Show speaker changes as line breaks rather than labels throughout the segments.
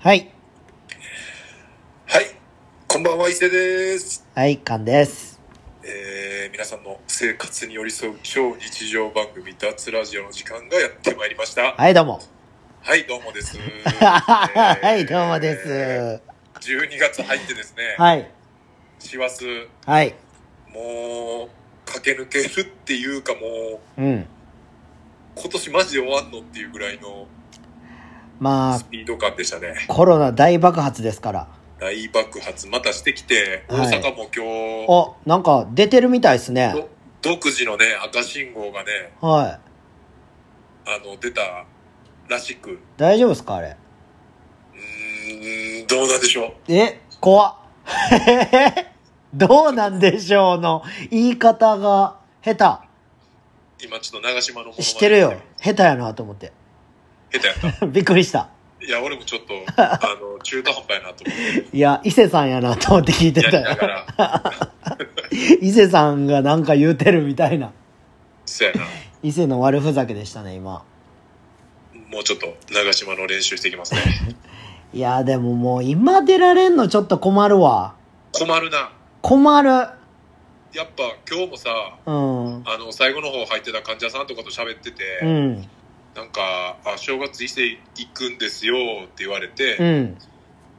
はい。
はい、こんばんは、伊勢です。
はい、カンです。
えー皆さんの生活に寄り添う超日常番組、脱ラジオの時間がやってまいりました。
はい、どうも。
はい、どうもです。
はい、どうもです。
す。12月入ってですね、
はい、
師走、
はい。
もう、駆け抜けるっていうかもう、
うん。
今年マジで終わんのっていうぐらいの
まあ
ス、ピード感でしたね。
コロナ大爆発ですから。
大爆発、またしてきて、
は
大
い
阪も今
あ、なんか出てるみたいです
日、
ね。
ど独自のね、赤信号がね、
は
あの、出たらしく、
い。大丈夫ですかあれ。
うーん、どうなんでしょう。
え、怖っ。 どうなんでしょうの言い方が下
今ちょっと長島のもの
手。知ってるよ。下手やなと思って。
下手やった。
びっくりした。
いや、俺もちょっ と、あの、中途半端やなと思って、
いや、伊勢さんやなと思って聞いて
や
た
りな
よ
が。ら、
伊勢さんがなんか言うてるみたいな。
そうやな。
伊勢の悪ふざけでしたね、今。
もうちょっと長島の練習していきますね。
いや、でももう今出られんのちょっと困るわ。
困るな。
困る。
やっぱ今日もさ、
うん。
あの、最後の方入ってた患者さんとかと喋ってて、
うん。
なんか、あ、正月伊勢行くんですよって言われて、
うん。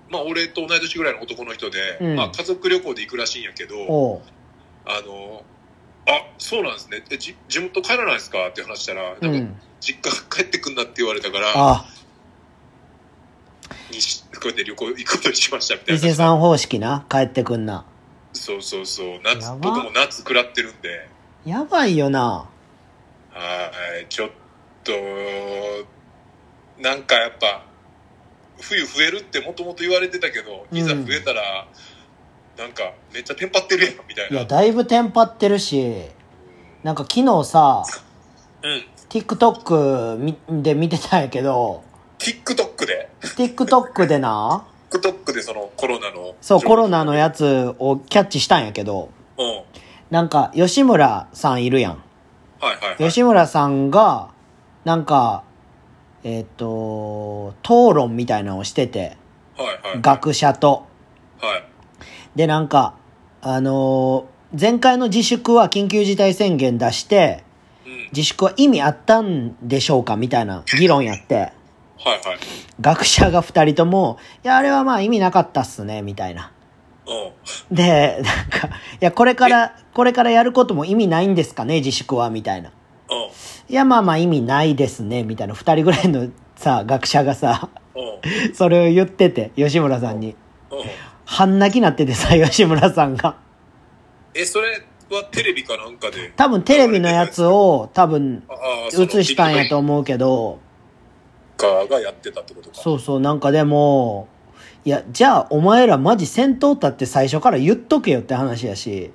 まあ俺と同い年ぐらいの男の人で、
うん
まあ家族旅行で行くらしいんやけど、
おう。
あの、あ、そうなんですね。え、じ地元帰らないですかって話したら、
う
なんか
ん。
実家帰ってくんなって言われたから、
あ、
にしこうやって旅行行くことにしましたみたい
伊
な。
勢さん方式な。帰ってくんな。
そうそうそう。
や
夏
ば、
僕も夏食らってるんで、
やばいよな。
はい、ちょっと、なんかやっぱ、冬増えるってもともと言われてたけど、
うん
いざ増えたら、なんかめっちゃテンパってるやんみたい
いや、
な。
だいぶテンパってるし、なんか昨日さ、
うん。
TikTok みで見てたんやけど、
TikTok で、
TikTok でな、
TikTok でそのコロナの。
そう、コロナのやつをキャッチしたんやけど、
うん。はい
なんか、吉村さんいるやん。
はいはい。
吉村さんが、なんか、えっ、と、討論みたいなのをしてて、
はいはい。
学者と。
はい。
で、なんか、あのー前回の自粛は緊急事態宣言出して、
うん。
自粛は意味あったんでしょうかみたいな議論やって、
はいはい。
学者が二人とも、いや、あれはまあ意味なかったっすね、みたいな。
うん。
で、なんか、いや、これから、これからやることも意味ないんですかね、自粛は、みたいな。
う
いや、まあまあ意味ないですね、みたいな、二人ぐらいのさ、学者がさ、
ん。うん。
それを言ってて、吉村さんに。
うん。
半泣きなっててさ、吉村さんが。
え、それはテレビかなんかで。
多分テレビのやつを、多分、
ああその
映したんやと思うけど、
TikToker がやってたってことか。
そうそう、なんかでも、いや、じゃあお前らマジ戦闘だって最初から言っとけよって話やし、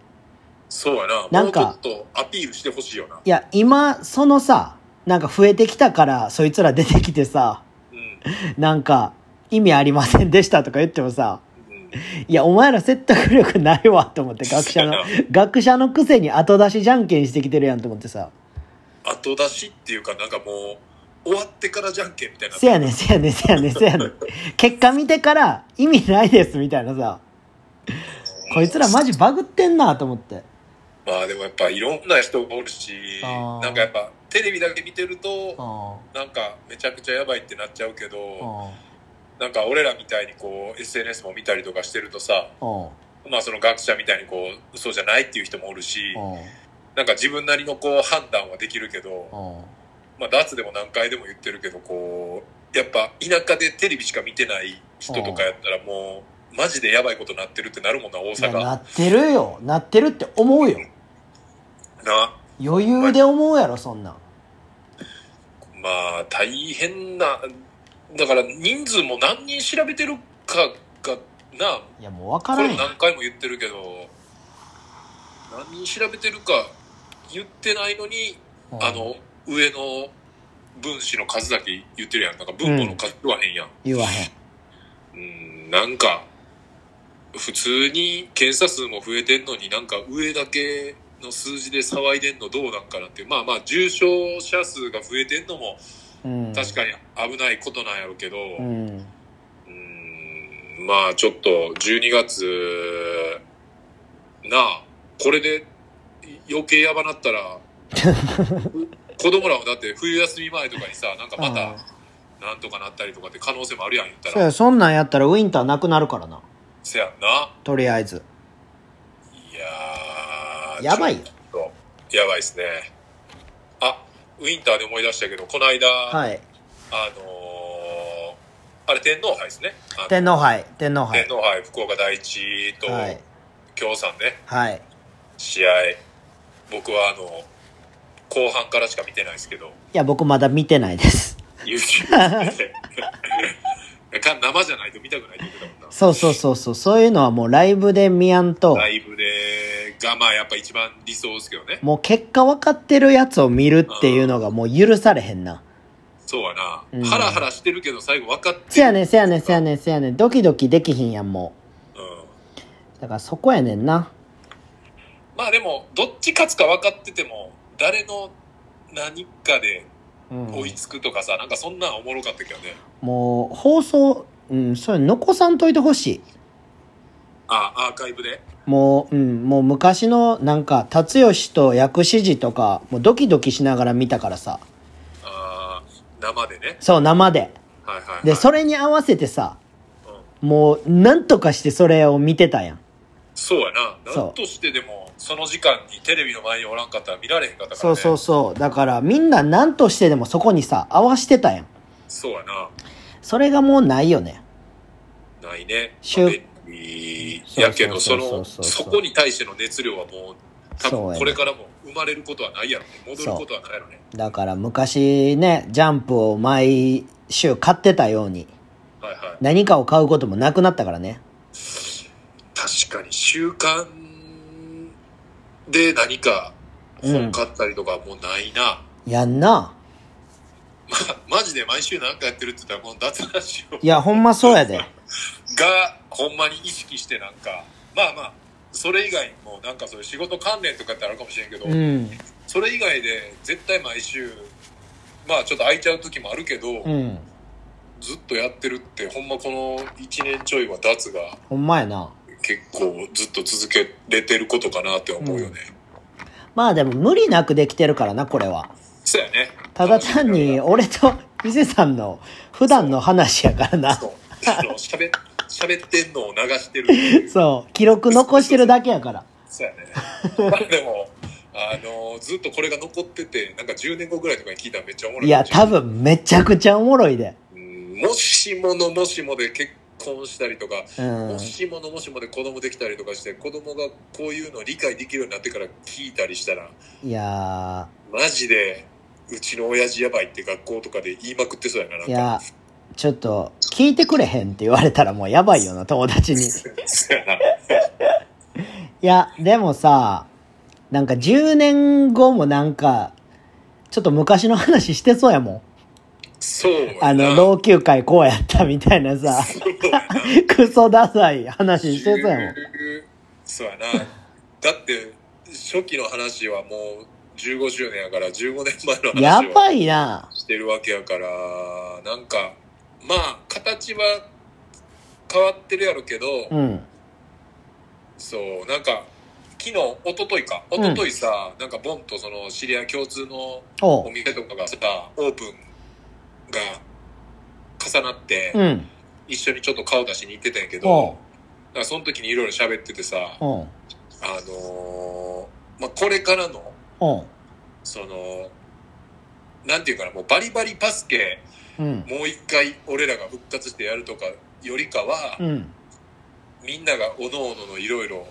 そうやな。
なんか
もうちょっとアピールしてほしいよな。
いや、今、そのさ、なんか増えてきたから、そいつら出てきてさ、
うん。
なんか、意味ありませんでしたとか言ってもさ、
うん
いや、お前ら説得力ないわと思っ て、学者の、学者のくせに後出しじゃんけんしてきてるやんと思ってさ、
後出しっていうか、なんかもう、終わってからじゃんけんみたいな。
せやねん、せやねん、せやねん、せ やねん。結果見てから意味ないですみたいなさ、こいつらマジバグってんなと思って。
まあでもやっぱいろんな人がおるし、
あー
なんかやっぱテレビだけ見てると、
あ
なんかめちゃくちゃやばいってなっちゃうけど、
あ、
なんか俺らみたいにこう SNS も見たりとかしてるとさ、
あ
まあその学者みたいにこう、そうじゃないっていう人もおるし、
あ、
なんか自分なりのこう判断はできるけど、
あ
まあ、ダーツでも何回でも言ってるけど、こう、やっぱ田舎でテレビしか見てない人とかやったらもう、マジでやばいことなってるってなるもんな、大
いや、
阪。
な
な
ってるよ。なってるって思うよ。余裕で思うやろ、そんなん。
まあ、大変な、だから人数も何人調べてるかが、な、
いや、もうわか
こ
らん
れ
よ
も。何回も言ってるけど、何人調べてるか言ってないのに、
うん
あ、の、上の分子の数だけ言ってるやん。なんか分母の数はへんやん
言わへん。
うんなんか、普通に検査数も増えてんのになんか上だけの数字で騒いでんのどうなんかなっていう。まあまあ重症者数が増えてんのも
うん。
確かに危ないことなんやろうけど、
うん。
うんまあちょっと12月なあこれで余計やばなっ たら子供らもだって冬休み前とかにさなんかま
うん
たなんとかなったりとかって可能性もあるやん言った
そう
ら
やそんなんやったらウィンターなくなるからな
せやんな
とりあえず
いやー
やばいよ
ちょっとやばいですねあウィンターで思い出したけどこの間、
はい
あのーあれ天皇杯ですねあの
天皇杯天皇
天
杯
皇杯福岡第一と
はい
京産ね、
はい
試合僕はあの後半からしか見てないですけど
いや僕まだ見てないです
YouTube で か生じゃないと見たくないって言ってたもんな
そうそうそうそうそういうのはもうライブで見やんと
ライブでがまあやっぱ一番理想ですけどね
もう結果分かってるやつを見るっていうのがもう許されへんな
そうやな、
うん
ハラハラしてるけど最後分かって
せやねんせやねんせやねんせやねんドキドキできひんやんも
うん
うだからそこやねんな
まあでもどっち勝つか分かってても誰の何かで
うん
追いつくとかさ、なんかそんなんおもろかったけどね
もう放送うんそれ残さんといてほしい
あアーカイブで
もう、うん、もう昔のなんか、辰吉と薬師寺とか、もうドキドキしながら見たからさ。
あー生でね
そう、生で。
はいはい、はい、
で、それに合わせてさ、
うん
もう、なんとかしてそれを見てたやん。
そうやな。
そう
なんとしてでも、その時間にテレビの前におらんかったら見られへんかったから、ね。
そうそうそう。だから、みんな何としてでもそこにさ、合わしてたやん。
そうや
それがもうないよね。
な。ないね。
しゅ
まあ便利やけど、
そ
そう
そ
の、
うそうそう
そこに対しての熱量はもう、多
そうや
分
ね
これからも生まれることはないやろね。戻ることはないやろね。
だから、昔ね、ジャンプを毎週買ってたように、
はいはい。
何かを買うこともなくなったからね。
確かに習慣で何か本買ったりとかもうないな。
やんな。
マジで毎週何かやってるって言ったら、この脱ラジオ
いや、ほんまそうやで。
がほんまに意識してなんかまあまあそれ以外もなんかそういう仕事関連とかってあるかもしれんけど、
うん。
それ以外で絶対毎週まあちょっと空いちゃう時もあるけど、
うん。
ずっとやってるってほんまこの1年ちょいは脱が
ほんまやな。
結構ずっと続けれてることかなって思うよね、
まあでも無理なくできてるからな、これは。
そうやね
ただ単に俺と伊勢さんの普段の話やからな。
そうあの喋喋ってんのを流してるっていう
そう。記録残してるだけやから。
そうやね。 まあでも、あのずっとこれが残ってて、なんか10年後ぐらいとかに聞いたらめっちゃおもろい。
いや、多。分めちゃくちゃおもろいで。
もしものもしもで結婚したりとか、
うん
も。しものもしもで子供できたりとかして、子供がこういうのを理解できるようになってから聞いたりしたら、
いや
マジで、うちの親父やばいって学校とかで言いまくってそうやな、なん
ー、い
か。
や、ちょっと、聞いてくれへんって言われたらもうやばいよな、友達に。い
そうやな。
や、でもさ、なんか10年後もなんか、ちょっと昔の話してそうやもん。
そうやな。
あの、老朽会こうやったみたいなさ。
そうやな
クソダサい話してたよ。
そ うやな。だって、初期の話はもう15周年やから、15年前の
や
話を
ばいな。
してるわけやから、なんか、まあ、形は変わってるやろけど、
うん。
そう、なんか、昨日、一昨日か、
うん
一昨日さ、なんかボンとその知り合い共通の
お
お
う。
店とかがさ、オープンが重なって、
うん。
一緒にちょっと顔出しに行ってたんやけ
おう
ど、。だからその時にいろいろ喋っててさ、
おう。
あのーまあ、これからの、
おう。
その、なんていうかな、もうバリバリバスケ、
うん。
もう一回俺らが復活してやるとかよりかは、
うん。
みんながおのおののいろいろ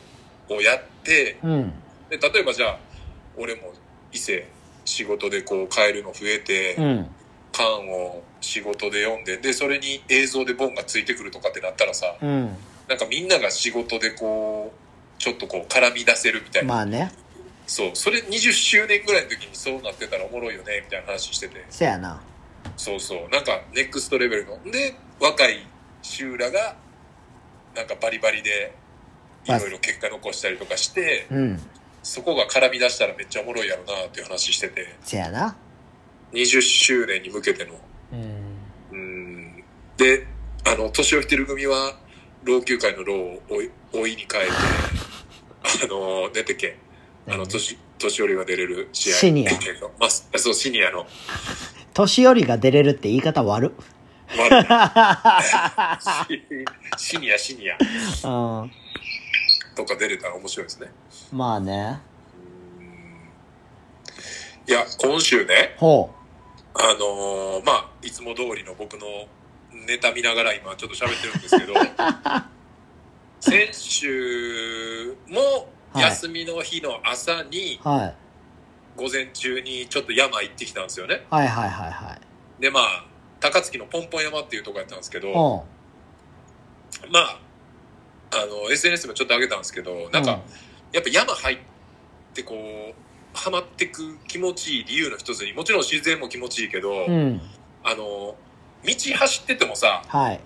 をやって、
うん。
で、例えばじゃあ、俺も伊勢、仕事でこう変えるの増えて
う、ん。
缶を仕事で読んで、で、それに映像でボンがついてくるとかってなったらさ、
うん。
なんかみんなが仕事でこう、ちょっとこう絡み出せるみたいな。
まあね。
そう、それ20周年ぐらいの時にそうなってたらおもろいよね、みたいな話してて。
せやな。
そうそう、なんかネクストレベルの。で、若い集らが、なんかバリバリで、いろいろ結果残したりとかして、
うん。
そこが絡み出したらめっちゃおもろいやろな、っていう話してて。
せやな。
20周年に向けての。
うん。
うん。で、あの、年老いてる組は、老朽会の老を老い老いに変えて、あの、出てけ。あの、
何
年、年寄りが出れる試合。
シニア
まあ、そう、シニアの。
年寄りが出れるって言い方悪っ。
まあシニア、シニア
うん。
とか出れたら面白いですね。
まあね。
いや、今週ね、
ほ
あのーまあ、いつも通りの僕のネタ見ながら今ちょっと喋ってるんですけど、先週も
はい
休みの日の朝に、
う。はい。
午前中にちょっと山行ってきたんですよね。
はいはいはいはい。
で、まあ、高槻のポンポン山っていうとこやったんですけど、
ほ
まあ、あの、SNS でもちょっと上げたんですけど、
う。
なんか、やっぱ山入ってこう、ハマってく気持ちいい理由の一つに、もちろん自然も気持ちいいけど、
うん。うん。
あの、道走っててもさ、
はい。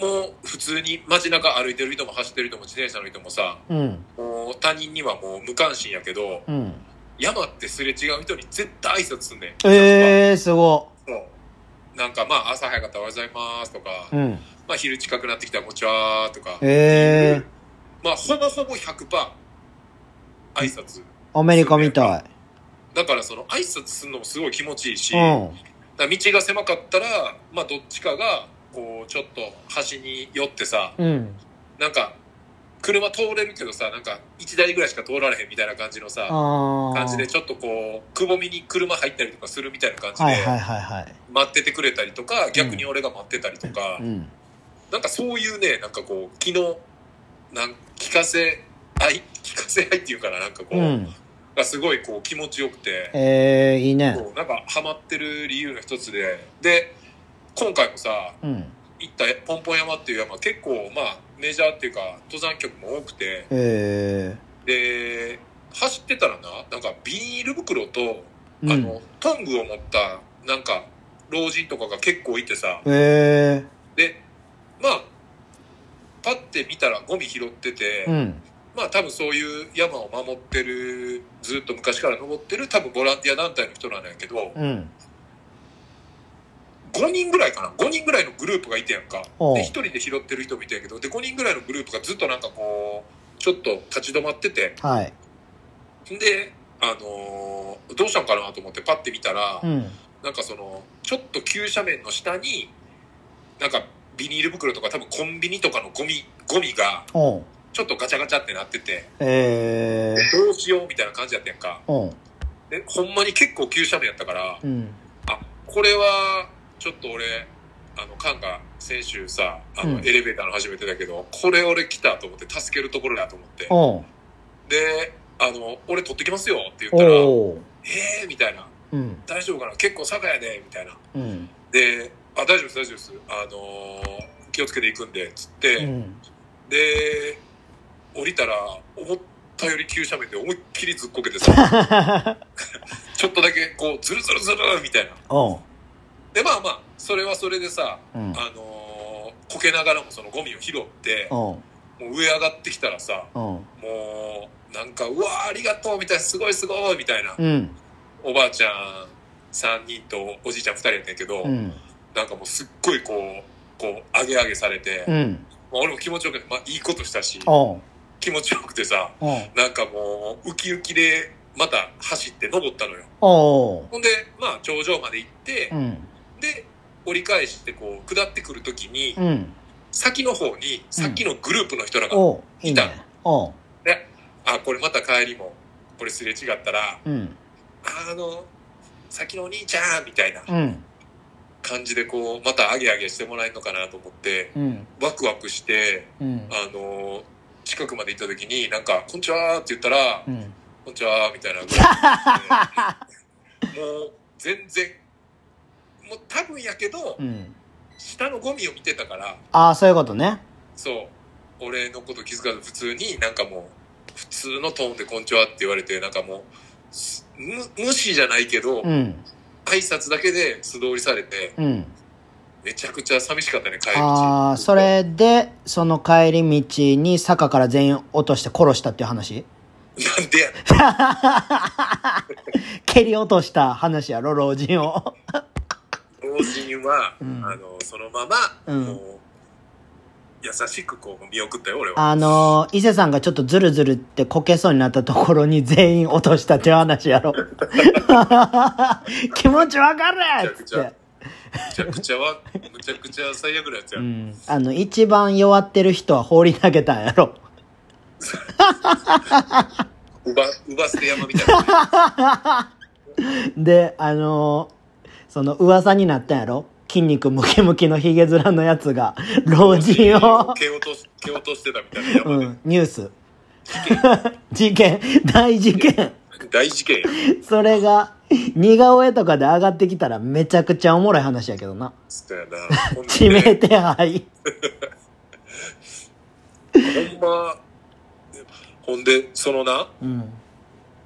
もう普通に街中歩いてる人も走ってる人も自転車の人もさ、
うん。
もう他人にはもう無関心やけど、
うん。
山ってすれ違う人に絶対挨拶すんねん。
ええー、すご
そうなんかまあ朝早かったらおはようございますとか、
い。うん。
まあ昼近くなってきたらこんにちはとか、
ええー、
まあほぼほぼ100%挨拶。
アメリカみた
だからその挨拶するのもすごい気持ちいいし、
い。うん。
だから道が狭かったら、まあどっちかが、こうちょっと端に寄ってさ、
うん。
なんか、車通れるけどさ、なんか、1台ぐらいしか通られへんみたいな感じのさ、
ああ。
感じで、ちょっとこう、くぼみに車入ったりとかするみたいな感じ
はい
で、
はいはいはい。
待っててくれたりとか、逆に俺が待ってたりとか、
うん。
なんかそういうね、なんかこう、気の、なん、聞かせ合い、聞かせ合いっていうから、なんかこう、
うん。
がすごいこう、気持ちよくて、
ええー、いいね。
そうなんか、ハマってる理由の一つで、で、今回もさ、
うん。
行ったポンポン山っていう山、結構、まあ、メジャーっていうか、登山客も多くて、
え
で走ってたらななんかビニール袋と、
えー。
あ
うん。
のトングを持ったなんか老人とかが結構いてさ
え
でまあパッて見たらゴミ拾ってて、
えー。うん。
まあ多分そういう山を守ってるずっと昔から登ってる多分ボランティア団体の人なんやけど
うん。
5人ぐらいかな5人ぐらいのグループがいてやんか
おう
で1人で拾ってる人もいてんやけどで5人ぐらいのグループがずっとなんかこうちょっと立ち止まってて
はい。
で、あのーどうしたんかなと思ってパッて見たら、
うん。
なんかその、ちょっと急斜面の下に、なんかビニール袋とか多分コンビニとかのゴミ、ゴミが
おう。
ちょっとガチャガチャってなってて、
ええー。
どうしようみたいな感じやったやんか。
おう。
で、ほんまに結構急斜面やったから、
うん。
あ、これは、ちょっと俺、あの、カンが先週さ、あの、
うん
エレベーターの始めてたけど、これ俺来たと思って助けるところだと思って、
おう。
で、あの、俺取ってきますよって言ったら、
おう。
えーみたいな。
うん。
大丈夫かな結構坂やねみたいな。
うん。
で、あ、大丈夫です、大丈夫です。あのー気をつけていくんで、つって、
うん。
で、降りたら、思ったより急斜面で思いっきりずっこけてさ、 ちょっとだけこう、ズルズルズルみたいな。
おう。
で、まあまあ、それはそれでさ、
うん。
あのーこけながらもそのゴミを拾って、
おう。
もう上上がってきたらさ、
おう。
もう、なんか、うわーありがとうみたいな、すごいすごいみたいな、
うん。
おばあちゃん3人とおじいちゃん2人やったんやけど、
うん。
なんかもうすっごいこう、こう、上げ上げされて、
うん。
まあ俺も気持ちよくて、まあいいことしたし、
おう。
気持ちよくてさ、
おう。
なんかもう、ウキウキで、また走って登ったのよ。
おう。
ほんで、まあ頂上まで行って
う、ん。
で、折り返してこう、下ってくるときに、
うん。
先の方に、さっきのグループの人らが、
おう。いいね。おう。
あ、これまた帰りも、これすれ違ったら、
うん。
あの、先のお兄ちゃんみたいな
うん。
感じでこう、また上げ上げしてもらえるのかなと思って、
うん。
ワクワクして、
うん。
あのー近くまで行った時に、なんか、こんにちはって言ったら、
うん。
こんにちはみたいなぐらいで。もう、全然、もう多分やけど
う、ん。
下のゴミを見てたから、
ああ、そういうことね。
そう、俺のこと気づかず普通になんかもう、普通のトーンでこんにちはって言われて、なんかもうす、む無視じゃないけど、
うん。
挨拶だけで素通りされて、
うん。
めちゃくちゃ寂しかったね、帰り道。
ああ、それで、その帰り道に坂から全員落として殺したっていう話
なんでやねん
蹴り落とした話やろ、老人を。
老人は、
うん
あのそのまま、
うん
もう優しくこう見送ったよ、俺は。
あの伊勢さんがちょっとズルズルってこけそうになったところに全員落としたっていう話やろ 気持ちわかるっつって
むちゃくちゃは、むちゃくちゃ最悪なやつや。
うんあの一番弱ってる人は放り投げたんやろ
うば、うば捨て山みたいなね。
であのその噂になったんやろ筋肉ムキムキのヒゲ面のやつが老人 を、
蹴落とし、蹴落としてたみたいな
う
山で。
ん、ニュース事件大事件
大事件や。
それが似顔絵とかで上がってきたらめちゃくちゃおもろい話やけどな
そう やな。ほん
指
で
名手配
ほんま、ほんで、そのな、
うん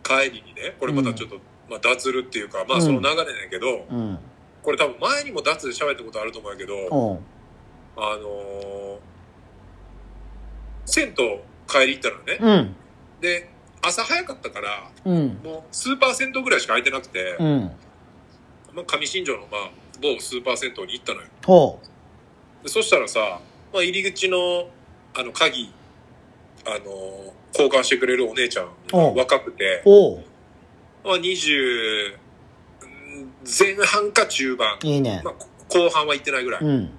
帰りにね、これまたちょっと、まあ、脱るっていうか、ま
う
あ、
ん
その流れなんやけど、
うん
これ多分前にも脱で喋ったことあると思うんやけど、
おう
あのー銭湯帰り行ったのね。
うん
で、朝早かったから、
うん
もう数パーセントぐらいしか空いてなくて、
うん
まあ、上新庄の、まあ、某スーパー銭湯に行ったのよ。
ほ
でそしたらさ、まあ、入り口の、あの、鍵、あのー交換してくれるお姉ちゃんが
うん
若くて
う、おう
まあ、20、うん前半か中盤、
いいね
まあ、こ後半は行ってないぐらい。
うん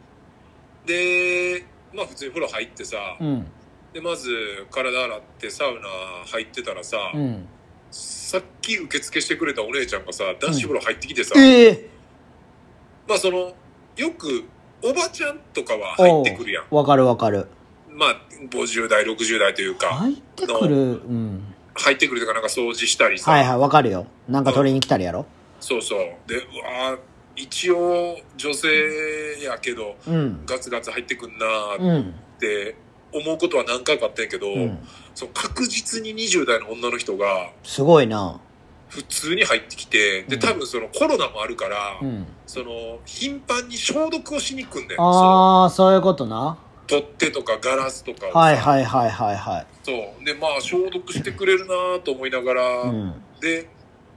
で、まあ普通に風呂入ってさ、
うん
で、まず体洗ってサウナ入ってたらさ、
うん
さっき受付してくれたお姉ちゃんがさ、男子風呂入ってきてさ、
ええ
まあその、よくおばちゃんとかは入ってくるやん。
わかるわかる
まあ50代、60代というか、
入ってくるうん
入ってくるというかなんか掃除したりさ、
はいはいわかるよなんか取りに来たりやろ
そうそう。で、うわー一応女性やけど、
うん
ガツガツ入ってくんな
う
ーっ
ん
て思うことは何回かあったんやけど、
うん
その確実に20代の女の人が、
すごいな
普通に入ってきて、
う
で、
ん
多分そのコロナもあるから、
うん
その、頻繁に消毒をしに行くんだよ。その
ああそういうことな
取っ手とかガラスとかをさ
はいはいはいはいはい
そう。で、まあ、消毒してくれるなと思いながら、
うん
で、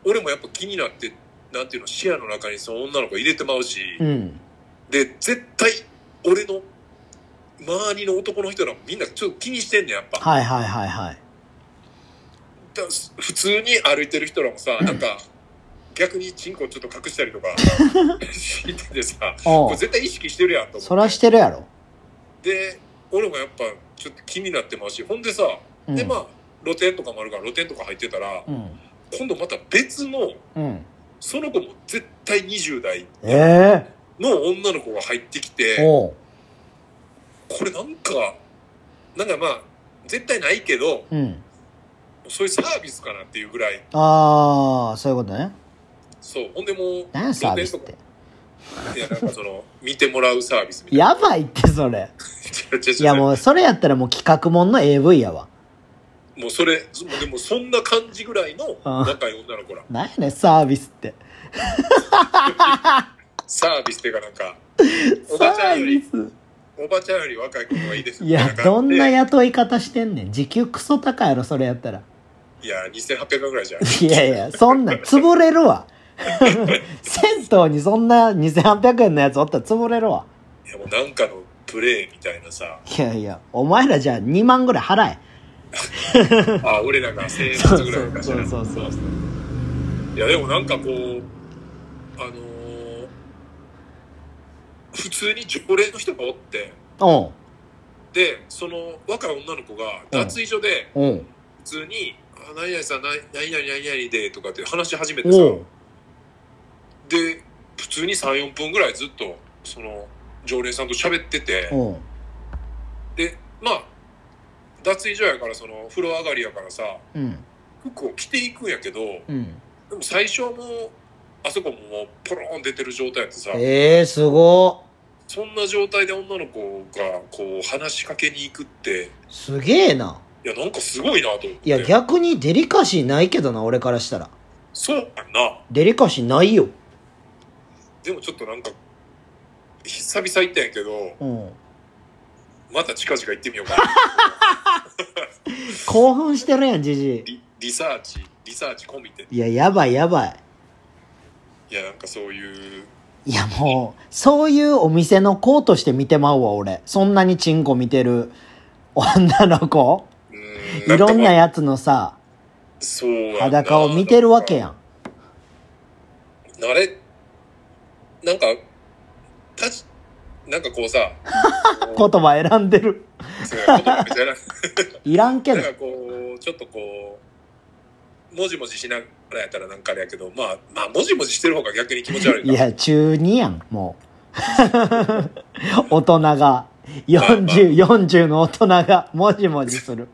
俺もやっぱ気になって、なんていうの、視野の中にその女の子入れてまうし、
うん
で、絶対、俺の、周りの男の人らもみんなちょっと気にしてんねん、やっぱ。
はいはいはいはい
だ普通に歩いてる人らもさ、なんか、逆にチンコちょっと隠したり とかしててさ、
お
これ
う
絶対意識してるやんと
そ
思っ
らしてるやろ
て。で、俺もやっぱちょっと気になってますし、ほんでさ、
うん
でまあ、露店とかもあるから露店とか入ってたら、
うん
今度また別の、
うん
その子も絶対20代
え
の女の子が入ってき
え
て、
おう
これなんか、なんかまあ、絶対ないけど、
うん
そういうサービスかなっていうぐらい、
ああそういうことね
そう、ほんでもう、
何やサービスっ
露
て
いや、なんかその、見てもらうサービスみたいな。
やばいってそれ
違う違う違う
いやもうそれやったらもう企画もんの AV やわ
もうそれ、そでもそんな感じぐらいの
あ
仲良い女の子ら。
何やねんサービスって
サービスっていうかなんか、お
サ
ばちゃん
ー
よ
ビ
り、
ス
おばちゃんより若い子の方がいいです
いや
みたい
ど
感じ
ん
で
な雇い方してんねん時給クソ高いやろそれやったら
いや、2800円ぐらいじゃん。
いやいやそんなん潰れるわ 銭湯にそんな2800円のやつおったら潰れるわ
いや、もうなんかのプレイみたい なさ、
いやいやお前らじゃあ2万ぐらい払え
あ、俺らが1000円ずつぐらいかしら。
そうそうそうそう
いや、でもなんかこう、あのー普通に常連の人がおって、
おう
で、その若い女の子が脱衣所で、
おう
普通に「あ何々さん何何々何々で」とかって話し始めてさ
おう
で普通に34分ぐらいずっとその常連さんと喋ってて
おう
でまあ脱衣所やからその風呂上がりやからさ
うん
服を着ていくんやけどで
うん
も最初はもうあそこももうポロン出てる状態やってさ
ええー、すごっ
そんな状態で女の子がこう話しかけに行くって
すげえない
やなんかすごいなと思って
いや逆にデリカシーないけどな俺からしたら
そうかな
デリカシーないよ
でもちょっとなんか久々行ったんやけど
うん
また近々行ってみようかな。
興奮してるやんじじい
リリサーチ、リサーチ込みで。
いややばいやばい
いや、なんかそういう
いやもう、そういうお店の子として見てまうわ、俺。そんなにチンコ見てる女の子。
うん
いろんな
かまあ
やつのさ、
そうやな
裸を見てるわけやん。
あれなんかたちなんかこ うさこ
言葉選んでる。
うそう言葉めっちゃ選
いらん け
ぶ
ど
なん。かこうちょっとこうもじもじしながらやったらなんかあれやけどまあまあもじもじしてる方が逆に気持ち悪い
い
な
や、中2やん、もう。 大人が、40、40の大人が、もじもじする。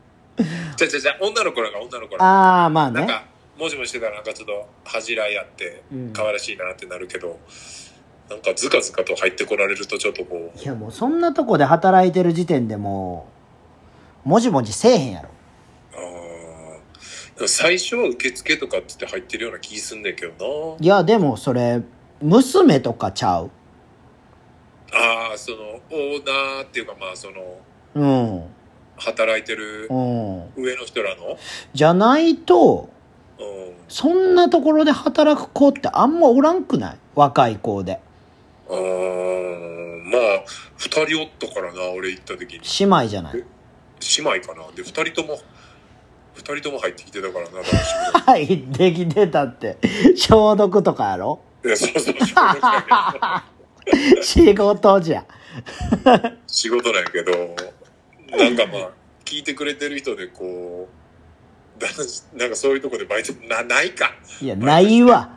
じゃじゃじゃ女の子らが女の子ら
ああ、まあ
なん
ね。
かもじもじしてたらなんかちょっと恥じらいあって
うん
可愛らしいなってなるけど、なんかズカズカと入ってこられるとちょっとこう
いや、もうそんなとこで働いてる時点でもう、もじもじせえへんやろ。
あーでも最初は受付とかっつって入ってるような気すんねんけど
いや、でもそれ、娘とかちゃう。
なああそのオーナーっていうかまあその
うん。
働いてる
うん。
上の人らの、
じゃないと、
うん、
そんなところで働く子ってあんまおらんくない若い子で。
あーまあ2人おったからな俺行った時に
姉妹じゃない。
姉妹かなで2人とも2人とも入ってきてたからな楽し
はい、できてたって。消毒とかやろ
みだいやそうそう仕事
仕事
だけど
じゃ。
仕事なんやけどなんかまあ聞いてくれてる人でこうだなんかそういうとこでバイトなないか
いや、ないわ。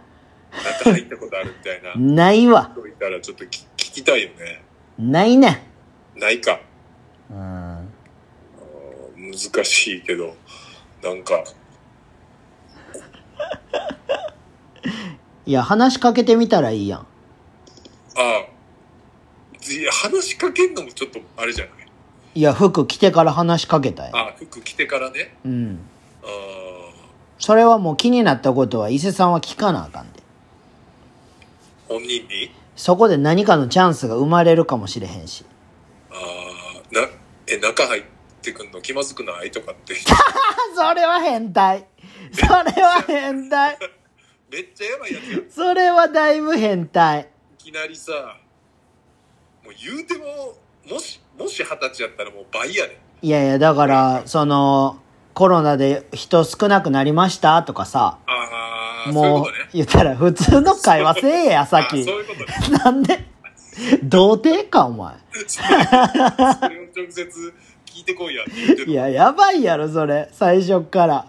なんか入ったことあるみたいな
ないわ。
人いたらちょっと聞聞きたいよね
ないね。
ないか
うん。
あー難しいけどなんか
いや、話しかけてみたらいいやん。
ああいや話しかけんのもちょっとあれじゃない
いや、服着てから話しかけたい。
あ服着てからね
うん。
あー
それはもう気になったことは伊勢さんは聞かなあかんで。
本人に
そこで何かのチャンスが生まれるかもしれへんし。
あーなえ中入ってくんの気まずくないとかって
あ、それは変態。それは変態。
めっちゃやばいやつやん
それはだいぶ変態。
いきなりさもう言うてももしもし二十歳やったらもう倍やで
いやいや、だから、その、コロナで人少なくなりましたとかさ、
ああそういう
も
こ
う
とね
言ったら普通の会話せえや、さっ
あー
き
そ。ういうことね
なんで童貞か、お前。
それを直接聞いてこいやって言って
い
る
や、やばいやろ、それ。最初っから。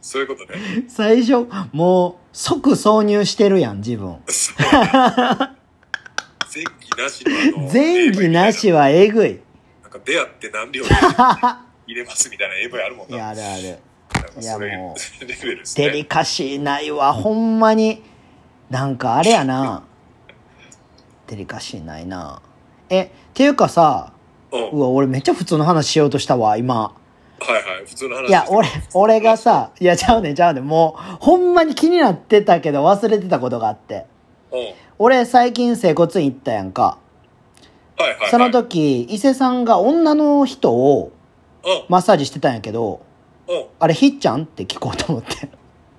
そういうことね
最初、もう、即挿入してるやん、自分。
そう前期なしのあの
前儀なし
は
はえぐい。
なんか出会って何秒で入れますみたいな AV あるもん
い
な
や、あるある。
なんかそれ
いやも
レベルです
デ
ね
リカシーないわ、ほんまに。なんかあれやな。デリカシーないな。え、っていうかさ、
うん
うわ、俺めっちゃ普通の話しようとしたわ、今。
はいはい普通の話
いや、俺、俺がさ、いや、ちゃうねん、ちゃうねん。もう、ほんまに気になってたけど忘れてたことがあって。
うんはい
俺、最近整骨院行ったやんか。
はいはい
その時、伊勢さんが女の人を
う
マッサージしてたんやけど、
んうん
あれ、ひっちゃんって聞こうと思って。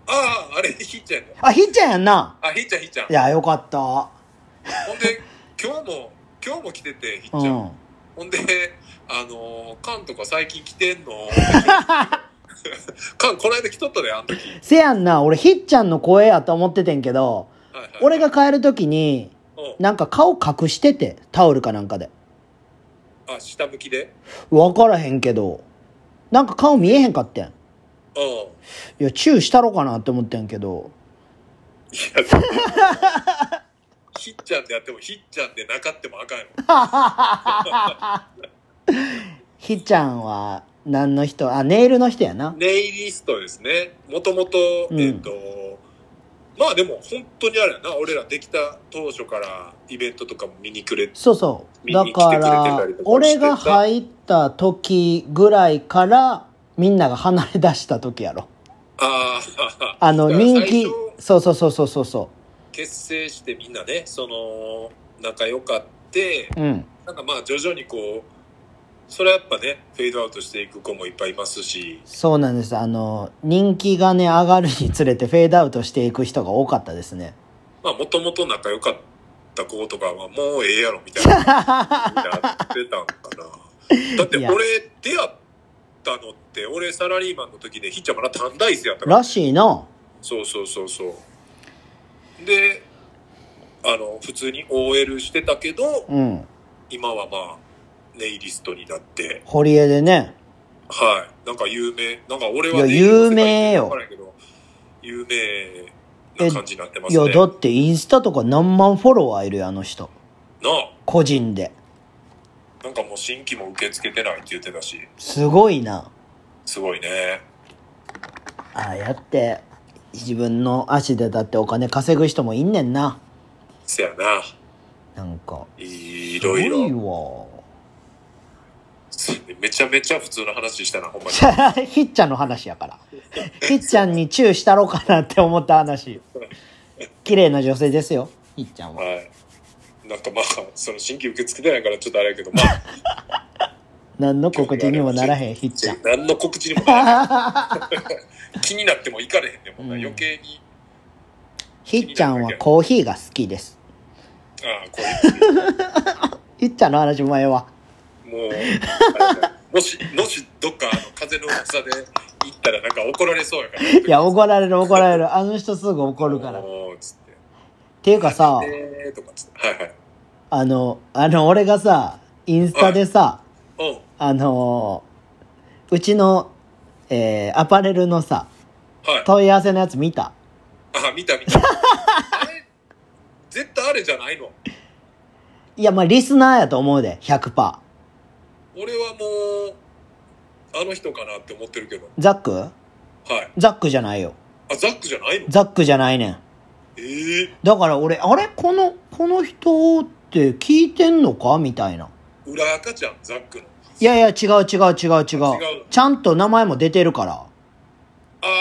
あああれひいちゃんやね
あ、ひっちゃんやんな。
あひいちゃんひいちゃん
いや、よかった。
ほんで、今日も、今日も来てて、ひっちゃ。
うんん。
ほんで、あのー、カンとか最近来て んのカン、この間来とったで、あの時。
せやんな、俺、ひっちゃんの声やと思っててんけど、
はいはい、
俺が帰る時に、
うん
なんか顔隠してて、タオルかなんかで。
あ、下向きで。
わからへんけど、なんか顔見えへんかってん。い
うん。い
や、チューしたろかなって思ってんけど、
や、でもひっちゃんでやっても、ひっちゃんでなかってもあかんよ。
ひっちゃんは、何の人あ、ネイルの人やな。
ネイリストですね。もともと、
うん
えっ、と、まあでも本当にあれやな、俺らできた当初からイベントとかも見にくれて、
そうそう。
見
だ
に来てく
か
れてたりとからしてた、
俺が入った時ぐらいから、みんなが離れ出した時やろ。
ああ、
あの、
だから
人
最
気
初、
そうそうそうそうそうそ
結成してみんなねその仲良かって
う。うん。
なんかまあ徐々にこうそれはやっぱねフェードアウトしていく子もいっぱいいますし
そうなんです。あの、人気がね、上がるにつれてフェードアウトしていく人が多かったですね。
まあもともと仲良かっった子とかはもうええやろみたいなやってたんか な。だって
い
俺
や
出会ったのって俺サラリーマンの時でひっちゃんまだ短大生やったから
らしいな。
そうそうそうそう。で、あの、普通に OL してたけど、
うん。
今はまあ、ネイリストになって、
堀江でね。
はい。なんか有名、なんか俺
いや
はネイリスト
有
って書いて
名
る
よ
わからんけど、有名な感じになってま
い
す
や、
ね。
だってインスタとか何万フォロワーいるよ、あの人。
なあ、
個人で。
なんかもう新規も受け付けてないって言ってたし、
すごいな。
すごいね。
ああやって、自分の足でだってお金稼ぐ人もいんねんな。
せやな。
なんか。
い
い
ろいろ。
ろ。
めちゃめちゃ普通の話したな、ほんまに
じ。ゃあ、 ひっちゃんの話やから。 ひっちゃんにチューしたろうかなって思った話。綺麗な女性ですよ、ひっちゃんは。
はい。なんかまあ、その新規受け付けてないからちょっとあれやけど、まあ、
何の告知にもならへん、ひっちゃん。
何の告知にも なら気になっても行かれへんねもんな、
うん
余計に
ひっちゃんはコーヒーが好きです。
ああこれ
ひっちゃんの話前は。
もうあれだもしもしどっかあの風の大きさで行ったらなんか怒られそうやから
いや、怒られる怒られる。あの人すぐ怒るから。っ
もうつって
ていうかさ、
えーとかつってはいはい
あの、あの、俺がさ、インスタでさ、
うん
あのーうちの、えーアパレルのさ、
はい
問い合わせのやつ見た。
あ見た見たあれ絶対あれじゃないの
いや、まあ、リスナーやと思うで、100%。
俺はもうあの人かなって思ってるけど
ザック
はい
ザックじゃないよ。
あザックじゃないの
ザックじゃないねん。
えー、
だから俺、あれこの、この人って聞いてんのかみたいな。
裏赤ちゃんザックの
いやいや、違う違う違う違う。
違う
ちゃんと名前も出てるから。
あ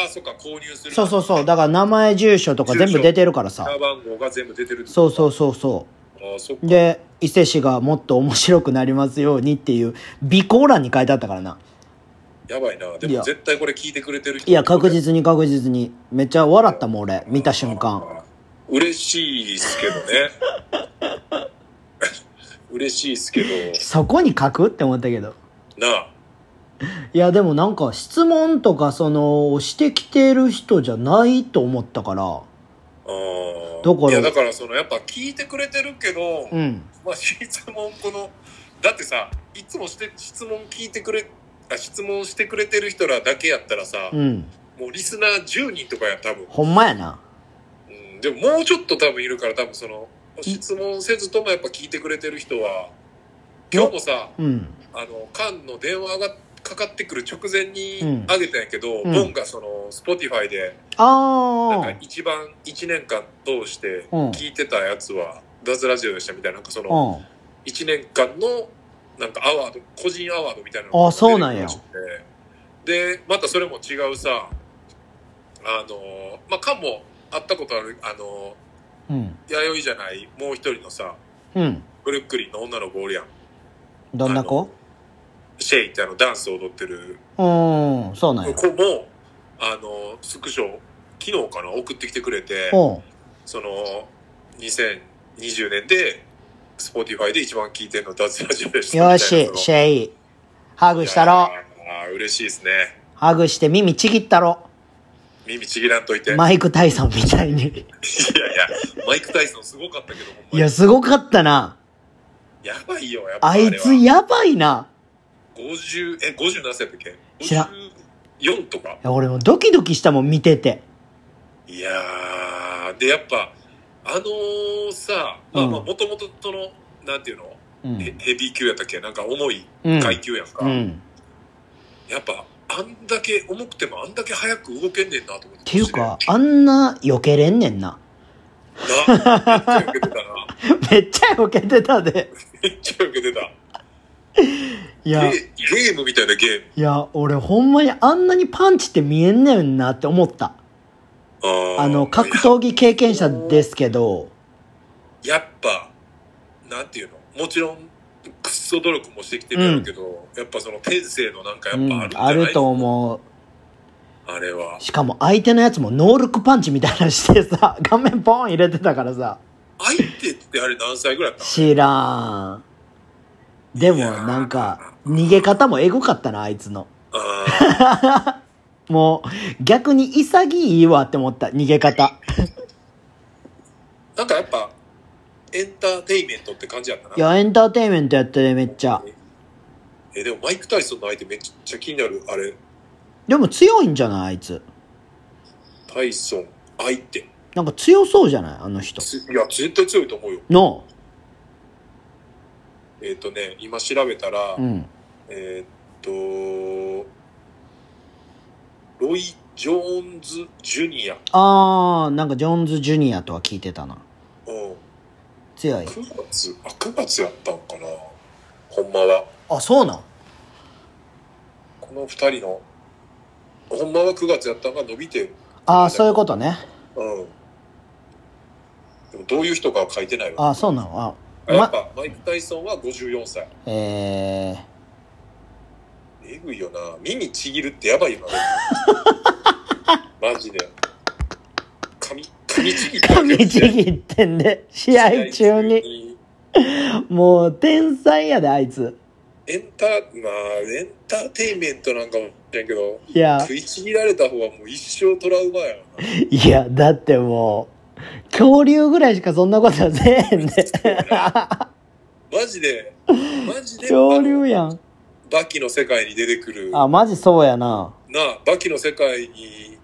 あそっか購入する
そうそうそう。だから名前、住所とか全部出てるからさ
電。話番号が全部出てる
そうそうそうそ
ああそっか
う。で、伊勢市がもっと面白くなりますようにっていう、備考欄に書いてあったからな。
やばいなで
い
も
や
絶対これ聞いてくれてる人
いや、確実に確実に。めっちゃ笑ったもん俺。見た瞬間。
嬉しいですけどね 嬉しいですけど
そこに書くって思ったけど。
なあ
いやでもなんか質問とかそのしてきてる人じゃないと思ったから
あー
どこの
いやだからそのやっぱ聞いてくれてるけど、
うん
まあ質問このだってさいつもして質問聞いてくれあ質問してくれてる人らだけやったらさ、
うん
もうリスナー10人とかや多分
ほんまやな
うんでももうちょっと多分いるから多分その質問せずともやっぱ聞いてくれてる人は今日もさ
うん
あの菅の電話がかかってくる直前に
うん
あげたんやけど、
うん
ボンがその Spotify でなんか
あ
一番1年間通して
うん
聞いてたやつは脱ラジオでしたみたいななんかそ
あう
の
ん
1年間のなんかアワード個人アワードみたいな
あそうなんや
出てくるらしくてでまたそれも違うさあのまあ菅も会ったことあるあの
うん
弥生じゃないもう一人のさ
うん
ブルックリンの女のボールやん
どんな子
シェイってあのダンス踊ってる
うんそうなんや
子もあのスクショ昨日かな送ってきてくれて
うん
その2020年で Spotify で一番聴いてるの脱ラジオでしたみたいな
よしシェイハグしたろ
ああ嬉しいですね
ハグして耳ちぎったろ
耳ちぎらんといて、
マイク・タイソンみたい に
いやいやマイク・タイソンすごかったけどほん
い
ま
や
に
すごかったな
やばいよやっぱ
あいつやばいな
50え50何歳やったっけ
知らん
54とか
いや俺もドキドキしたもん見てて
いやー、で、やっぱ、あのーさ、まあまあ、
うん
もともとその、なんていうの、
う
ヘ
ん
ヘビー級やったっけなんか重い
うん
階級やんか。
うん
やっぱ、あんだけ重くてもあんだけ早く動けんねんなと思って。っ
っていうか、あんな避けれんねんな
な、めっちゃ受けて
めっちゃ避けて
たな。
たで。
めっちゃ受けてた。
いや、
ゲ
い
ゲームみたいなゲーム。
や、俺ほんまにあんなにパンチって見えんねんなって思った。
あー
あの、格闘技経験者ですけど、
ややっぱ、なんていうの、もちろん、くっそ努力もしてきてるやろうけど、やっぱその天性のなんかや
う
っぱあるんじゃ
ん、
ない
あると思う。
あれは。
しかも相手のやつもノールックパンチみたいなのしてさ、顔面ポーン入れてたからさ、
相手ってあれ何歳ぐらいだった
知らん。でも、
いやー
なんか、逃げ方もエゴかったな、あいつの。
のあ
もう、逆に潔いわって思った、逃げ方。
ーなんかやっぱ、エンターテイメントって感じやったな。
いや、エンターテインメントやったね、めっちゃ。
え、でもマイク・タイソンの相手めっちゃ気になる。あれ、
でも強いんじゃないあいつ。
タイソン、相手。
なんか強そうじゃないあの人。
ついや、絶対強いと思うよ。
の、
えっ、とね、今調べたら、
うん。
えーっと、ロイ・ジョーンズ・ジュニア。
あー、なんかジョーンズジュニアとは聞いてたな。
うん。
強い。
9月、あ、9月やったんかな。ほんまは。
あ、そうなん
この二人の、ほんまは9月やったんが伸びて、
あー、そういうことね。
うん。でもどういう人かは書いてないわ。
あー、そうなのあ、
やっ
ま、
ぱ、マイク・タイソンは54歳。
えー、
えぐいよな。耳ちぎるってやば いよな。マジで。髪、髪ちぎったわけ
噛
よ
みちぎってんで、試合中に。もう、天才やで、あいつ。
エンター、まあ、エンターテインメントなんかもしれんけど、
いや、
食いちぎられた方はもう一生トラウマやろな。
いや、だってもう、恐竜ぐらいしかそんなことはせえへんで。
マジで、マジで、
恐竜やん。
バキの世界に出てくる、な
あ、マジそうやな。
あ、バキの世界に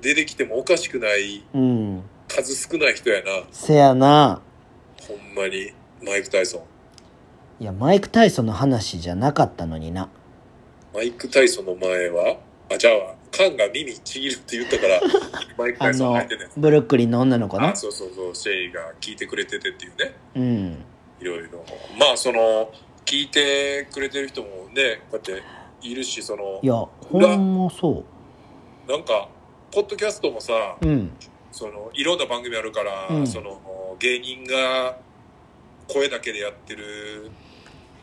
出てきてもおかしくない、
うん。
数少ない人やな。
せやな。
ほんまに、マイク・タイソン。
いや、マイク・タイソンの話じゃなかったのにな。
マイク・タイソンの前は、あ、じゃあ、カンが耳ちぎるって言っ たから、マイク・タ
あ
イソン
の
入ってたよ、。
ブルックリンの女の子ね
あ、。そうそうそう、シェイが聞いてくれててっていうね。
うん。
いろいろ。まあ、その、聞いてくれてる人もね、こうやっているし、その
い、や、ほんまそ
なんか、ポッドキャストもさ、
う。うん。
その、いろんな番組あるから、
うん
その、芸人が声だけでやってる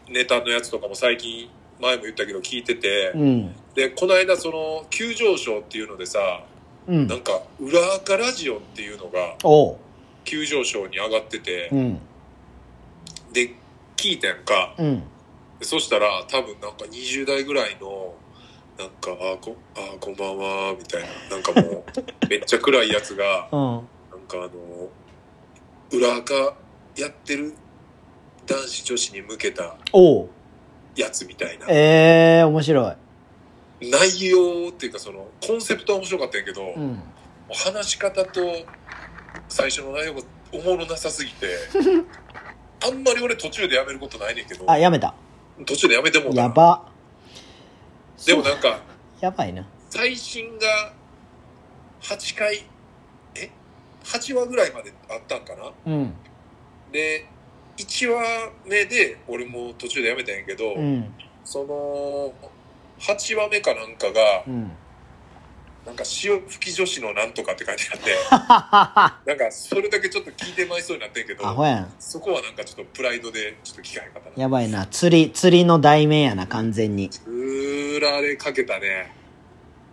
ネタのやつとかも最近、前も言ったけど聞いてて、
うん。
で、この間、その、急上昇っていうのでさ、
う。
なんんか、裏垢ラジオっていうのが、
おう。
急上昇に上がってて
う、ん。
で、聞いてんか、
うん。
そしたら多分なんか20代ぐらいのなんか「あーこあーこんばんは」みたいななんかも うめっちゃ暗いやつが
うん。
なんかあの裏垢やってる男子女子に向けた
おう。
やつみたいな
ええー、面白い。
内容っていうかそのコンセプトは面白かったんやけど、
う
も
ん。
う話し方と最初の内容がおもろなさすぎ てあんまり俺途中でやめることないねんけど
あ、やめた。
途中でやめてもうた
や
な
ば。
でもなんか
やばいな。
最新が8回え8話ぐらいまであったんかな
うん。
で1話目で俺も途中でやめたんやけど、
うん。
その8話目かなんかが
うん。
なんか潮吹き女子のなんとかって書いて あって
ははは。
なんかそれだけちょっと聞いてまいそうになってんけど
アホやん。
そこはなんかちょっとプライドでちょっと聞かへんかったな
やばいな。釣り、釣りの題名やな、完全に。
売られかけたね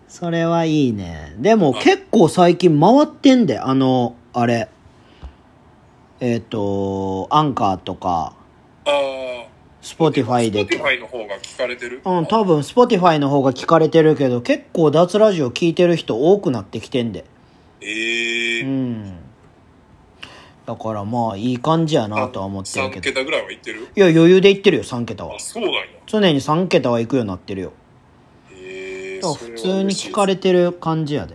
それはいいね。でも
あ
結構最近回ってんで、あの、あれ。えっ、と、アンカーとか、
ああ
スポティファイで。
Spotify の方が聞かれてる
うん、多分、スポティファイの方が聞かれてるけど、結構脱ラジオ聞いてる人多くなってきてんで。
ええ
う
ー
ん。だからまあ、いい感じやなとは思ってるけ
3
ど。い
桁ぐらいはいってる
や、余裕でいってるよ、3桁は
あ。そうなんや
常に3桁はいくようになってるよ。
ええ
だから普通に聞かれ
て
てる感じやで。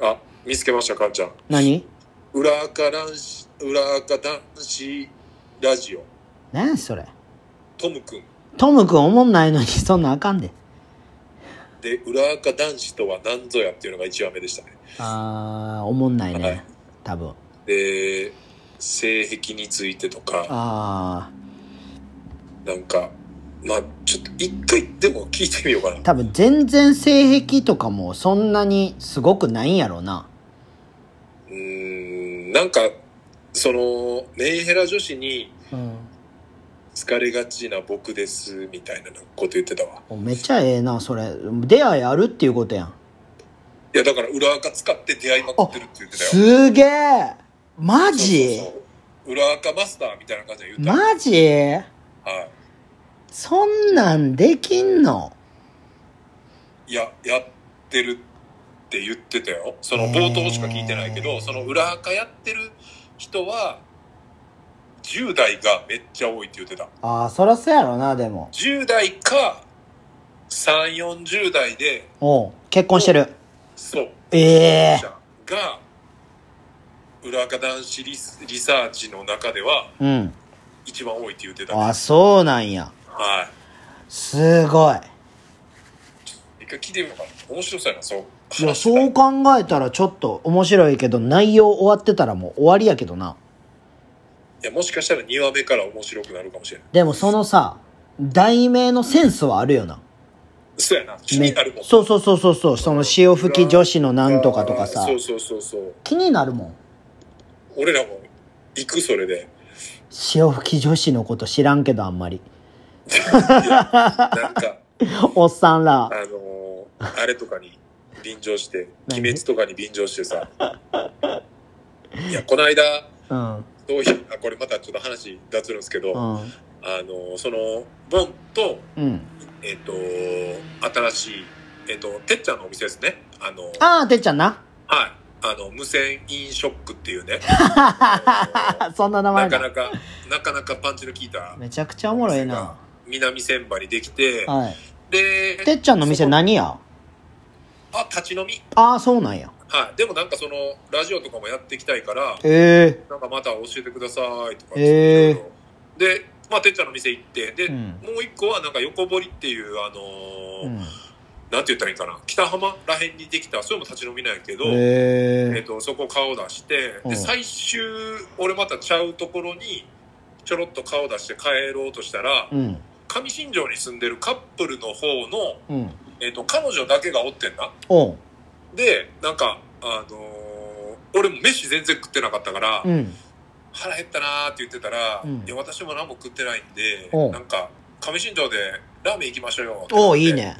あ見つけましたかんちゃん
何
裏垢男子裏垢男子ラジオ
何それ。
トムくん
トムくんおもんないのに そんなあかんで。
で裏垢男子とは何ぞやっていうのが1話目でしたね
あー、おもんない
はい
ね。多分。
で性癖についてとか
あ
なんかまあちょっと一回でも聞いてみようかな
ー、多分全然性癖とかもそんなにすごくないんやろな。
うーんなんかそのメンヘラ女子に
うん。
疲れがちな僕ですみたいなこと言ってたわ
めっちゃええな、それ。出会いあるっていうことやん。
いやだから裏垢使って出会いまくってるって言ってたよ
すげえマジ
そうそうそう裏垢マスターみたいな感じで言った。
マジ
は
そんなんできんの
い。いや、やってるって言ってたよ。その冒頭しか聞いてないけ
へ
ど、
ー
その裏垢やってる人は、10代がめっちゃ多いって言ってた。
ああ、そらそうやろな、でも。
10代か、3、40代で、
おう結婚してる。
そう。
ええ
が、裏垢男子リスリサーチの中では、
うん。
一番多いって言ってた。
あ、そうなんや。
は
すごい。
い。一回聞いてみようかな。面白そうやな、そう。
いや、
話してた
そう考えたらちょっと面白いけど、内容終わってたらもう終わりやけどな。
いや、もしかしたら2話目から面白くなるかもしれない。
でもそのさ、題名のセンスはあるよな。
そうやな。気になるもん。
そうそうそうそうそう、その潮吹き女子のなんとかとか
あ
さ
ー、そうそうそうそう。
気になるもん。
俺らも行く、それで。
潮吹き女子のこと知らんけどあんまり。
なんか、
おっさんら
あ。のー、あれとかに便乗して、
何
鬼滅とかに便乗し てさ。いや、この間、
うん。
どういう、あ、これまたちょっと話脱するんですけど、
う
あ
ん。
のー、その、ボンと、
うん。
えっ、と、新しい、えっ、と、てっちゃんのお店ですね。あの、
ああ、てっちゃんな。
はい。あの、無線飲食区っていうね。
そんな名前
なか
だ。
なか、なかなかパンチの効いた
めちゃくちゃおもろいな。
南千葉にできて、
はい。
で、
てっちゃんの店何や
あ、立ち飲み
ああ、そうなんや。
はい。でもなんかその、ラジオとかもやっていきたいから、
え
なんかまた教えてくださいとか、
へー
で、まあ、てっちゃんの店行って、で、
えうん。
もう一個はなんか横堀っていう、あのー
うん。
なんて言ったらいいかな、北浜らへんにできた、それも立ち飲みなんやけど、えっ
え
とそこ顔出して
うん
で最終俺またちゃうところにちょろっと顔出して帰ろうとしたら
え。うん。
上新庄に住んでるカップルの方の、
うん。
えっと彼女だけがおってんな
おう。
でなんかあのー俺も飯全然食ってなかったから、
うん。
腹減ったなーって言ってたら、
うん
いや私も何も食ってないんで、
うん
なんか上新庄でラーメン行きましょうよってなって
おう、いいね。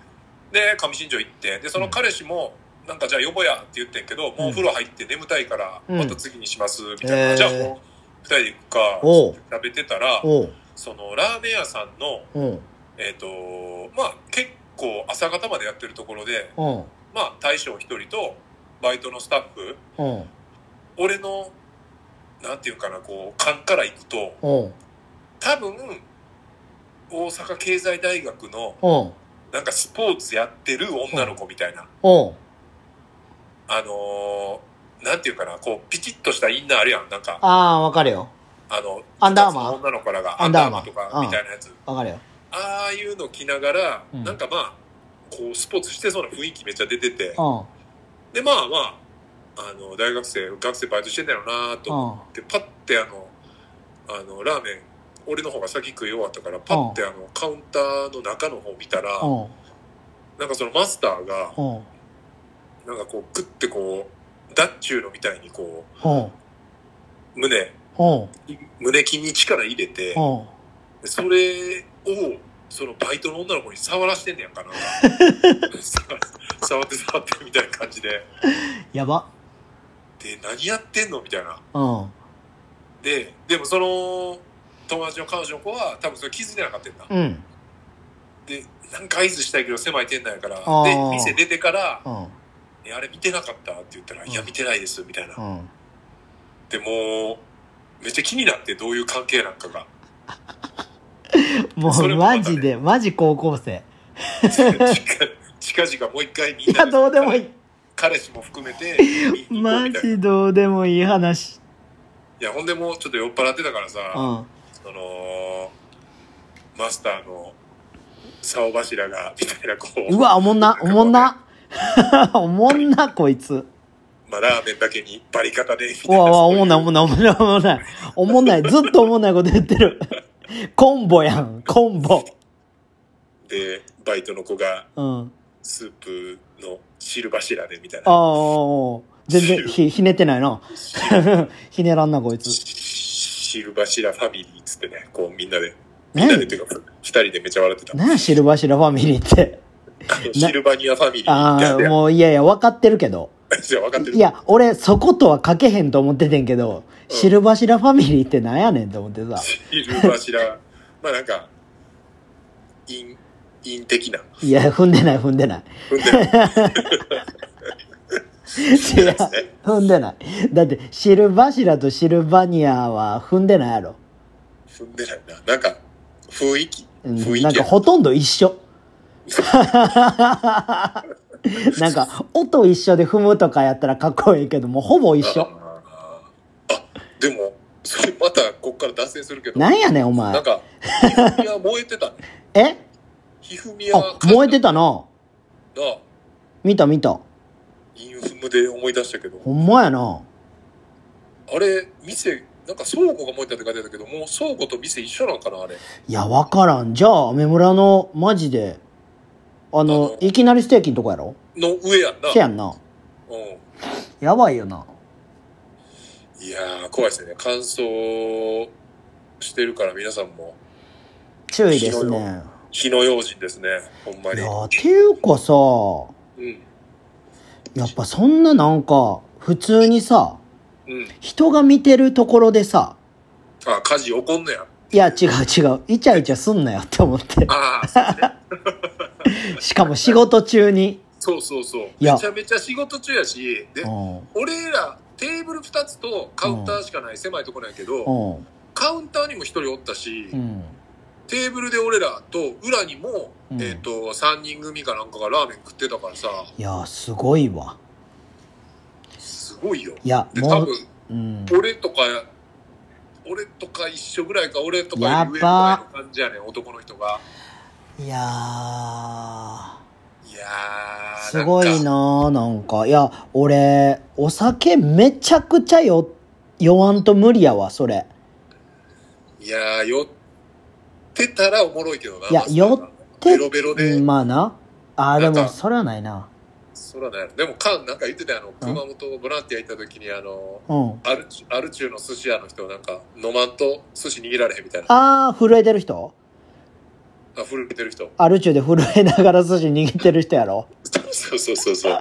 で上新庄行ってでその彼氏も、なんかじゃあ呼ぼやって言ってんけど、もうお風呂入って眠たいから、
うん
また次にしますみたいな、
へー
じゃあもう2人で行くか
おう
食べてたら
おう。
そのラーメン屋さんの
おう。
えっ、とまあ結構朝方までやってるところで
おう。
まあ大将1人とバイトのスタッフ
おう。
俺のなんていうかなこう勘から行くと
おう。
多分大阪経済大学の
おう。
なんかスポーツやってる女の子みたいな
おう。
あのーなんていうかな、こう、ピチッとしたインナーあるやん。なんか、
ああ、わかるよ。
あの、
アンダーマー
二つの女の子らが、
ア
ア
ン
ン
ダ
ダ
ー
ー
マ
マ
ー
ーとか、みたいなやつ。
わかるよ。
ああいうの着ながら、
うん
なんかまあ、こう、スポーツしてそうな雰囲気めっちゃ出てて、
う
で、まあまあ、あの、大学生、学生バイトしてんだよなと
ん。
思
うん。
って、パッてあの、あの、ラーメン、俺の方が先食い終わったから、パッてあの、カウンターの中の方見たら、
うん。
なんかそのマスターが、
うん。
なんかこう、グッてこう、ダッチューのみたいにこ
うん。
う、胸、
うん。
胸筋に力入れて、
うん。
それを、そのバイトの女の子に触らしてんねやんかな。触って触ってみたいな感じで。
やば。
で、何やってんのみたいな。
うん。
で、でもその、友達の彼女の子は多分それ気づいてなかったんだ。
うん。
で、なんか合図したいけど狭い店内やから、
あー
で、店出てから、
うん。
えあれ見てなかったって言ったら、いや見てないです、みたいな
う。ん。
でもう、めっちゃ気になってどういう関係なんかが。
も、
そうれもまた
マ
ね
ジで、マジ高校生。
近々もう一回みん
い
な
や、
で
どうでもいい。
彼氏も含め て、見に行こう
マ
みたいな
ジどうでもいい話。
いや、ほんでもうちょっと酔っ払ってたからさ、
うん。
その、マスターの竿柱が、みたいな、こう、
うわ、おもんな、おもんな。 おもんな、こいつ。
まあ、ラーメンだけにバリ方で、み
う
たい
わ
な。
うわ、おもんない、お
も
もんない、おもんない、おもんない。おもんない、ずっとおもんないこと言ってる。 コンボやん、コンボ。
で、バイトの子が、
うん。
スープの汁柱で、みたい
あ
な。
あ、全然ひ、ひねってない な。ひねらんな、こいつ。
汁柱ファミリーっつってね、こうみんなで、みんなでっ
何
ていうか、二人でめちゃ笑ってた。
何や、シルバシラファミリーって。
あのシルバニアファミリーみたい
あ
な
あ、もう、いやいや、分かってるけど。
いや、分かってる。
いや、俺、そことは書けへんと思っててんけど、シルバシラファミリーってなんやねんと思ってさ。
いる柱。まあなんか、陰、陰的な。
いや、踏んでない踏んでない。
踏 んでる。
違う、踏んでない。だって、シルバシラとシルバニアは踏んでないやろ。
踏んでないな。なんか、雰囲気。
うん
雰囲気や。
なんかほとんど一 緒。なんか、音一緒で踏むとかやったらかっこいいけど、もうほぼ一緒。
あーあでもそれまたこっから脱線するけど
なんやねん、お
な
前
ん。かひふみは燃えてたね
え
ひふみは
あ、燃えてたな。
なあ
見た見た。
インフムで思い出したけど
ほんまやな。
あれ店なんか倉庫が燃えたって書いてたけどもう倉庫と店一緒なんかなあれ
いや、わからん。じゃあ、アメ村の、マジで、あの
あの、
いきなりステーキのとこやろ
の上やんな
せやんな。
う
やばいよな。
ん、いやー怖いですね乾燥してるから皆さんも
注意です
い
ね。
火の用心ですねほんま
い
に
や、ていうかさ、
うん
やっぱそんななんか、普通にさ、
うん
人が見てるところでさ、
あ火事起こんのや
いや、違う違う、イチャイチャすんなよって思って。
あ あそうね
しかも仕事中に。
そうそうそう。
いや
めちゃめちゃ仕事中やし、で
う、ん。うん。
俺らテーブル2つとカウンターしかない狭いとこなんやけど、
う
カウンターにも1人おったし、
ん。
テーブルで俺らと裏にも、
うん
えっ、と、3人組かなんかがラーメン食ってたからさ、
いや、すごいわ。
すごいよ。
いや、
で、多
も
分
う、、うん。
俺とか、俺とか一緒ぐらいか、俺とかより上ぐ
や
ら
ば
いの感じやねん、男の人が。
いやー。
いやー、
すごい
んか。
なあなんかいや俺お酒めちゃくちゃよ酔わんと無理やわそれ
いやー、酔ってたらおもろいけどな。
いや
まあそう
酔
な
って
ベロベロで。
うんまあなあーで
なん
も
か
それはないな
そうだね。でも、カンなんか言ってたよ、あの、熊本ボランティア行った時に、あの、
うん
アルチュアルチューの寿司屋の人なんか、飲まんと寿司握られへんみたいな。
あー震えてる人
あ、震えてる人。
アル中で震えながら寿司握ってる人やろ
そうそうそ うそう。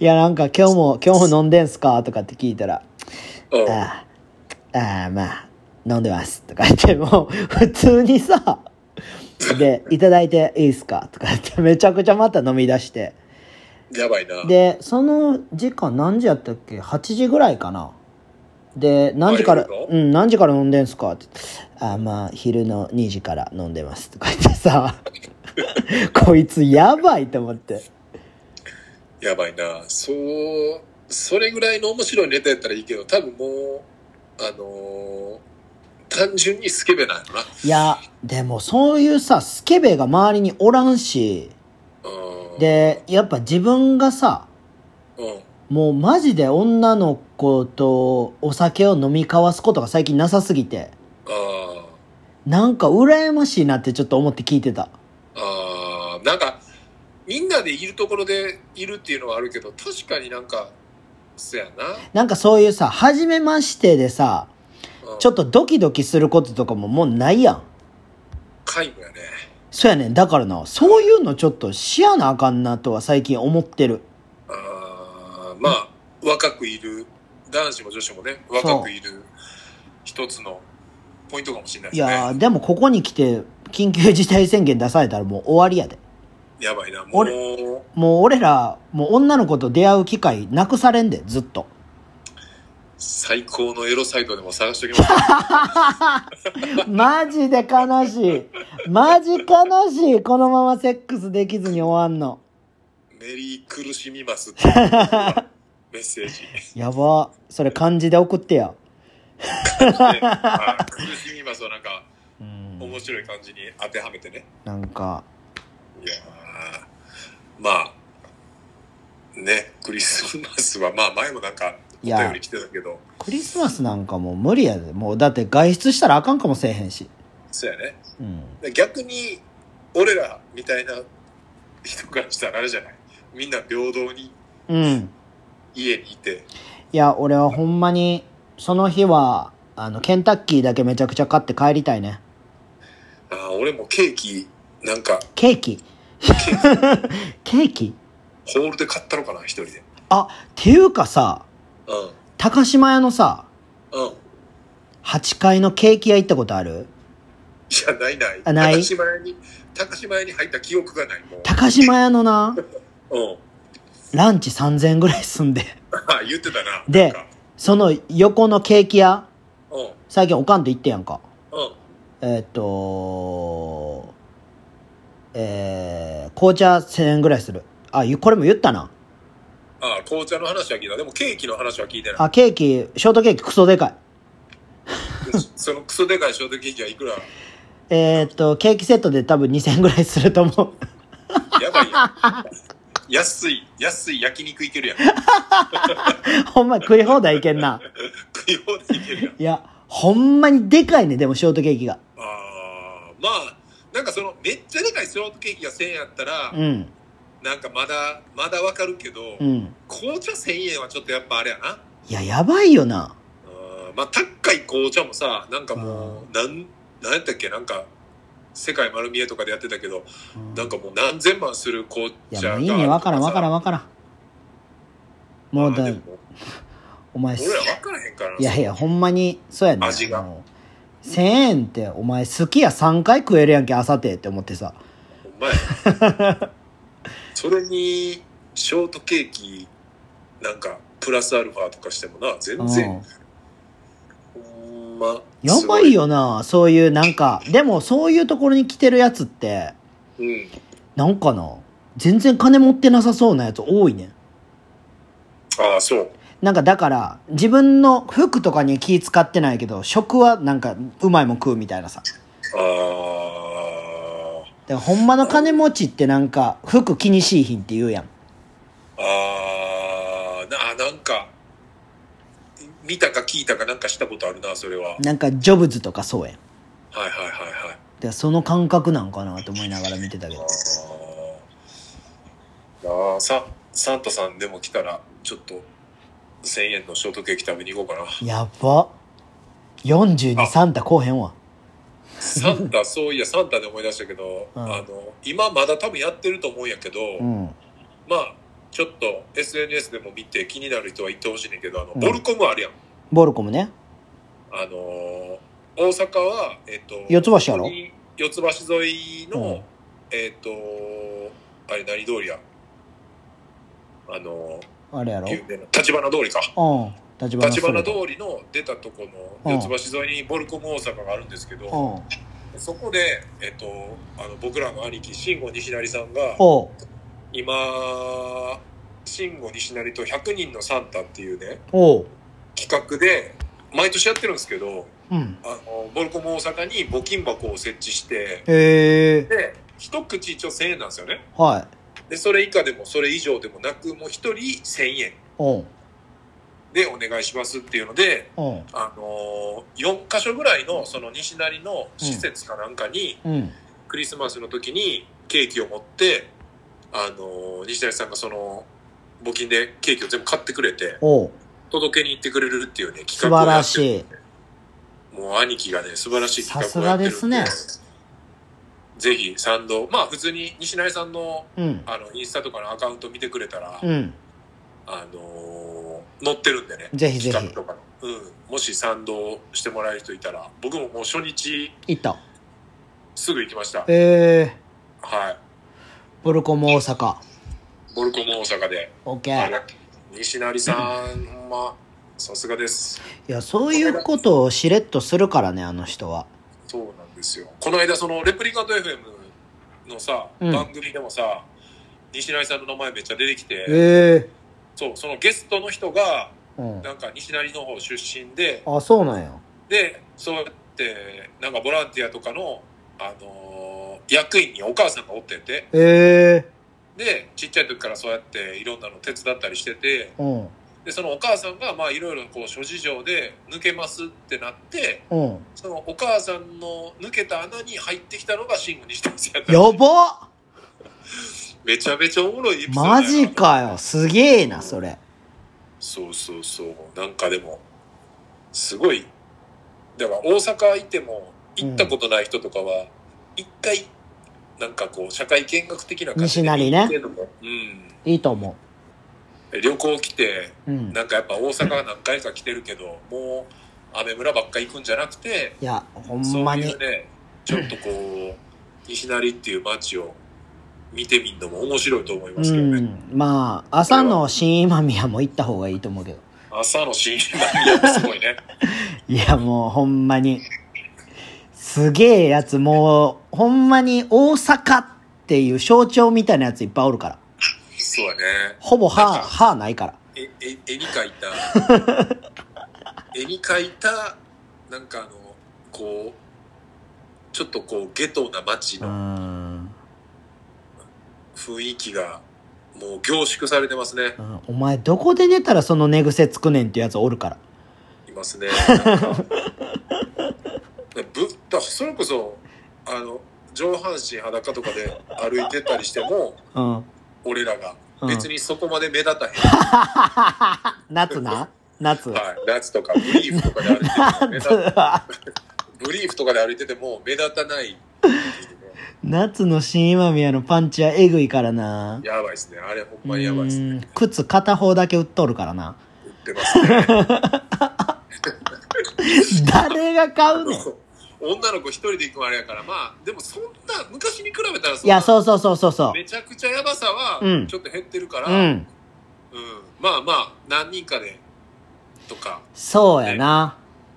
いやなんか今日も今日も飲んでんすかとかって聞いたら
うん。
あーあーまあ飲んでますとか言ってもう普通に さで「いただいていいっすか?」とか言ってめちゃくちゃまた飲み出して
やばいな。
でその時間何時やったっけ8時ぐらいかなで何時から
あ夜の
「うん何時から飲んでんすか?」って「あまあ昼の2時から飲んでます」とか言って さこいつやばいと思って
やばいな。そう、それぐらいの面白いネタやったらいいけど、多分もう、あのー単純にスケベなんやろな。
いやでもそういうさスケベが周りにおらんし
うん。
でやっぱ自分がさ
うん。
もうマジで女の子とお酒を飲み交わすことが最近なさすぎて
ああ。
なんか羨ましいなってちょっと思って聞いてた
あーなんかみんなでいるところでいるっていうのはあるけど確かになんかそやな、
なんかそういうさ、初めましてでさ、
うん、
ちょっとドキドキすることとかももうないやん。
皆無やね
そうやねん。だからな、そういうのちょっとしやなあかんなとは最近思ってる。
あーまあ若くいる男子も女子もね若くいる一つのポイントかもしれない
い
ですね
やー、でもここに来て、緊急事態宣言出されたらもう終わりやで。
やばいなもう
もう俺ら、もう女の子と出会う機会なくされんで、ずっと。
最高のエロサイトでも探しておきます
マジで悲しい。マジ悲しい。このままセックスできずに終わんの。
メリー苦しみますっていうメッセージ、
やば。それ漢字で送ってや。
あー苦しみますをなんか
うん。
面白い感じに当てはめてね
なんか、
いやーまあねクリスマスはまあ前もなんかお
いや
便り来てたけど
クリスマスなんかもう無理やで。もうだって外出したらあかんかもせえへんし。
そうやね
うん。
で逆に俺らみたいな人からしたらあれじゃないみんな平等に
うん。
家にいて
いや、俺はほんまに、その日は、あの、ケンタッキーだけめちゃくちゃ買って帰りたいね。
あー俺もケーキなんか
ケーキ。ケーキ
ホールで買ったのかな一人で
あ、っていうかさ、
うん。
高島屋のさ、
うん。い
8階のケーキ屋行ったことある
や、ないない。
あない
高島屋に、高島屋に入った記憶がない。も
高島屋のな、
う。うん。
ランチ3000円ぐらいすんで。
あ言ってたな。
で
なんか、
その横のケーキ屋、
うん。うん。
最近おかんと行ってやんか。
うん。
えーっ、とえー、紅茶1000円ぐらいする。あ、ゆこれも言ったな。
あ紅茶の話は聞いた。でもケーキの話は聞いてない。
あ、ケーキ、ショートケーキクソでかい。
そのクソでかいショートケーキはいくら
えーっ、と、ケーキセットで多分2000円ぐらいすると思う。
やばいやん。安い、安い焼肉いけるやん。
ほんま食い放題いけんな。
食い放題いけるやん。
いや、ほんまにでかいね、でもショートケーキが。
あーまあ、なんかその、めっちゃでかいショートケーキが1000円やったら、
うん、
なんかまだ、まだわかるけど、
うん。
紅茶1000円はちょっとやっぱあれやな。
いや、やばいよな。
うんまあ、高い紅茶もさ、なんかもう、なん、なんやったっけ、なんか、世界丸見えとかでやってたけど、
うん
なんかもう何千万する紅
い
茶
や、
が
もういいね、わからんわからん
ん。
わからん。もう
あ
だ
で、も
お前す
俺らわからへんからな。
いやいや、ほんまに、そうやねん。
味が
あの1000円って、お前、好きや3回食えるやんけ、朝てって思ってさ。
ほんまや。 それに、ショートケーキ、なんか、プラスアルファとかしてもな、
う
全
ん。
然、ほんま。
や
す
ばい。よな、そういう、なんか、でも、そういうところに来てるやつって、
うん。
なんかな、全然金持ってなさそうなやつ多いねん。
ああ、そう。
なんか、だから、自分の服とかに気使ってないけど、食はなんか、うまいもん食うみたいなさ。
ああ、
でほんまの金持ちってなんか、服気にしいひんって言うやん。
ああ、な、なんか、見たか聞いたかなんかしたことあるな、それは。
なんか、ジョブズとかそうやん。
はいはいはいはい。
でその感覚なんかなと思いながら見てたけど。
あーあー、ササンタさんでも来たら、ちょっと、1000円のショートケーキ食べに行こ うかな。
やば42
あ
サンタこうへんわ
サンタ、そういや、サンタで思い出したけど、
うん
あの、今まだ多分やってると思うんやけど、
うん
まあ、ちょっと SNS でも見て気になる人は行ってほしいねんけど、あの、
うん
ボルコムあるやん。
ボルコムね
あのー大阪は、えっ、と、
四つ橋やろ
ここに四つ橋沿いの、
うん
えっ、と、あれ何通りやあの
あれやろ
ー有名な、立花通りか。
うん立花
立花通りの出たとこ
う
の
ん
四つ橋沿いにボルコム大阪があるんですけど、
うん
そこで、えっと、あの僕らの兄貴慎吾西成さんが
おう
今慎吾西成と100人のサンタっていうね
おう
企画で毎年やってるんですけど
うん
あのボルコム大阪に募金箱を設置して
へえ
で一口一応1000円なんですよね
はい
でそれ以下でもそれ以上でもなくもう1人1000円
おうん
でお願いしますっていうので、
うん
あの4か所ぐらいのその西成の施設かなんかに、
うん
クリスマスの時にケーキを持って、あのー西谷さんがその、募金でケーキを全部買ってくれて、
おう
届けに行ってくれるっていうね、企
素
画を
晴
や
ら
ってる
しい
もう兄貴がね、素晴らしい企画をやってるん
さすがです
ね。ぜひ、賛同。まあ、普通に西成さんの、
うん
あの、インスタとかのアカウント見てくれたら、
うん
あのー載ってるんでね。
ぜひぜひ
企画とかの。うん。もし賛同してもらえる人いたら、僕ももう初日
行った
すぐ行きました。
ええ
はい。
ボルコム大阪
ボルコム大阪で。
オッケ
あ
ー
ら西成さん、ほんま、さすがです。
いやそういうことをしれっとするからねあの人は
そうなんですよ。この間、その、レプリカント FM のさ、
うん
番組でもさ、西成さんの名前めっちゃ出てきて、
え
そう、そのゲストの人が、
えうん
なんか西成の方出身で、
あそうなんや
で、そうやって、なんかボランティアとかの、あのー役員にお母さんがおってて、
ええ
で、ちっちゃい時からそうやっていろんなの手伝ったりしてて、
うん
で、そのお母さんが、まあいろいろこう諸事情で抜けますってなって、
うん
そのお母さんの抜けた穴に入ってきたのが慎吾西田さ ん
やばっ
めちゃめちゃおもろいエピソードやな
マジかよ すげえなそれ
そうそうそうなんかでもすごいだから大阪いても行ったことない人とかは一回なんかこう社会見学的な感じ
西成ね
行ってんのもうん
いいと思
旅行来て、
うん。
なんかやっぱ大阪何回か来てるけど、もう、アメ村ばっか行くんじゃなくて、
いや、ほ
そ
んま
う
に
いう。ね、ちょっとこう、西成っていう街を見てみるのも面白いと思いますけど
う
ね。
ん。まあ、朝の新今宮も行った方がいいと思うけど。
朝の新南がすごいね。
いや、もうほんまに。すげえやつ、もう、ほんまに大阪っていう象徴みたいなやついっぱいおるから。
そうやね。
ほぼ歯、歯ないから。
え、え、絵に描い た、絵に描いた、なんかあの、こう、ちょっとこう、ゲトな街
う
の
ん。
雰囲気が、もう凝縮されてますね。
うんお前、どこで寝たらその寝癖つくねんっていうやつおるから。
いま すね。なんかぶだそれこそ、あの、上半身裸とかで歩いてたりしても、
うん。
俺らが
うん
別にそこまで目立たへん、
夏な夏。
はい、夏とかブリーフとかで歩いてても目立たブリーフとかで歩いてても目立たないっていうね
夏の新今宮のパンチはえぐいからな。
やばいですねあれほんまにやばいですね
うん靴片方だけ売っとるからな。
売ってますね
誰が買うねん。
女の子一人で行くのあれやからまあでもそんな昔に比べたらそ
い
んな
や、そうそうそうそうそ
めちゃくちゃやばさは
うん
ちょっと減ってるから、
う。うん。
うんまあまあ何人かでとか
そうやな。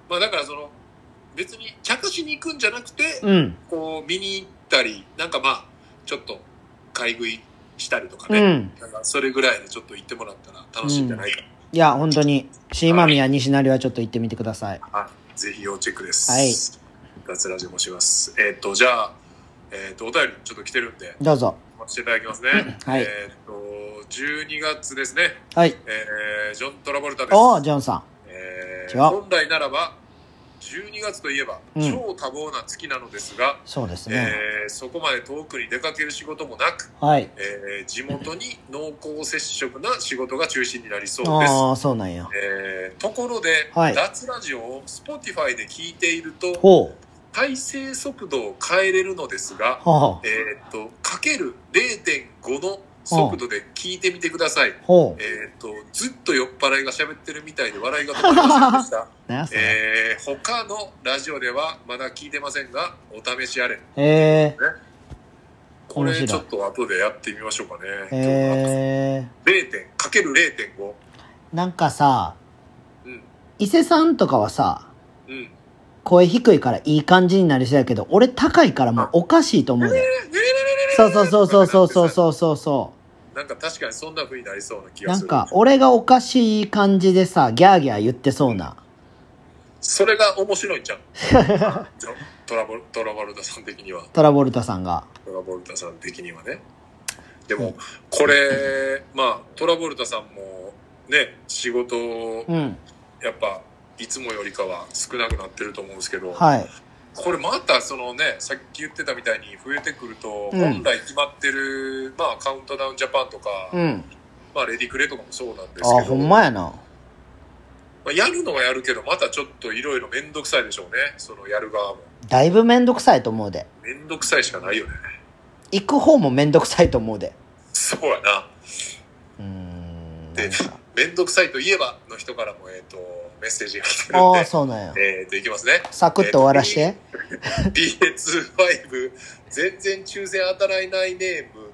まあだからその別に着しに行くんじゃなくて、
うん。
こう見に行ったり、なんかまあ、ちょっと買い食いしたりとか
う
ね、
ん。
なんかそれぐらいでちょっと行ってもらったら楽しいんじゃないか、
いや、本当に、新今宮西成はちょっと行ってみてください。
あぜひ要チェックです。
はい。
脱ラジオもします。えーっ、と、じゃあ、えーっ、と、お便りちょっと来てるんで、
どうぞ。
お待ちしていただきますね。
はい
えーっ、と、12月ですね、
はい。
えージョン・トラボルタです。
おー、ジョンさ
え
違
ー
う
本来ならば、12月といえば、
うん
超多忙な月なのですが、
ん。そうですね。
えーそこまで遠くに出かける仕事もなく、
はい。
えー地元に濃厚接触な仕事が中心になりそうです。
ああ、そうなんや。
えーところで、
はい
脱ラジオを Spotify で聞いていると、
ほう。
再生速度を変えれるのですが、
ほう。
えーっと、かける0.5の速度で聞いてみてください。
ほう。
えーっと、ずっと酔っ払いが喋ってるみたいで笑いが止まりませんでした。
なんやそれ。
えー他のラジオではまだ聞いてませんが、お試しあれ。
え
これ
面白い
ちょっと後でやってみましょうかね。
ー、え
0点、かける0.5。
ー、なんかさ、
うん。
伊勢さんとかはさ、
うん。ね
声低いからいい感じになりそうやけど、俺高いからもうおかしいと思うで。
えねえねえねえ
そうそうそうそうそうそうそうそうそ
なんか確かにそんな風になりそうな気
う。
が
な
する。
んか、俺がおかしい感じでさ、ギャーギャー言ってそうな。
それが面白いんじゃん。じゃトラボル、トラバルタさん的には。
トラボルタさんが。
トラボルタさん的にはね。でも、これ、まあ、トラボルタさんも、ね、仕事、
うん。
やっぱ、いつもよりかは少なくなってると思うんですけど、
はい。
これまたそのね、さっき言ってたみたいに増えてくると、
うん
本来決まってる、まあ、カウントダウンジャパンとか、
うん。
まあ、レディクレとかもそうなんですけ
あ、
ど、
ほんまやな。
まあ、やるのはやるけど、またちょっといろいろめんどくさいでしょうね。そのやる側も。
だいぶめんどくさいと思うで。
めんどくさいしかないよね。
行く方もめんどくさいと思うで。
そうやな。
うーん。な
で
んか、
めんどくさいといえばの人からも、えっ、と、メッセージが来てるん
ああ、
で。
そうなんや。
えっ、と、いきますね。
サクッと終わらして。
BA25、全然抽選当たらないネーム、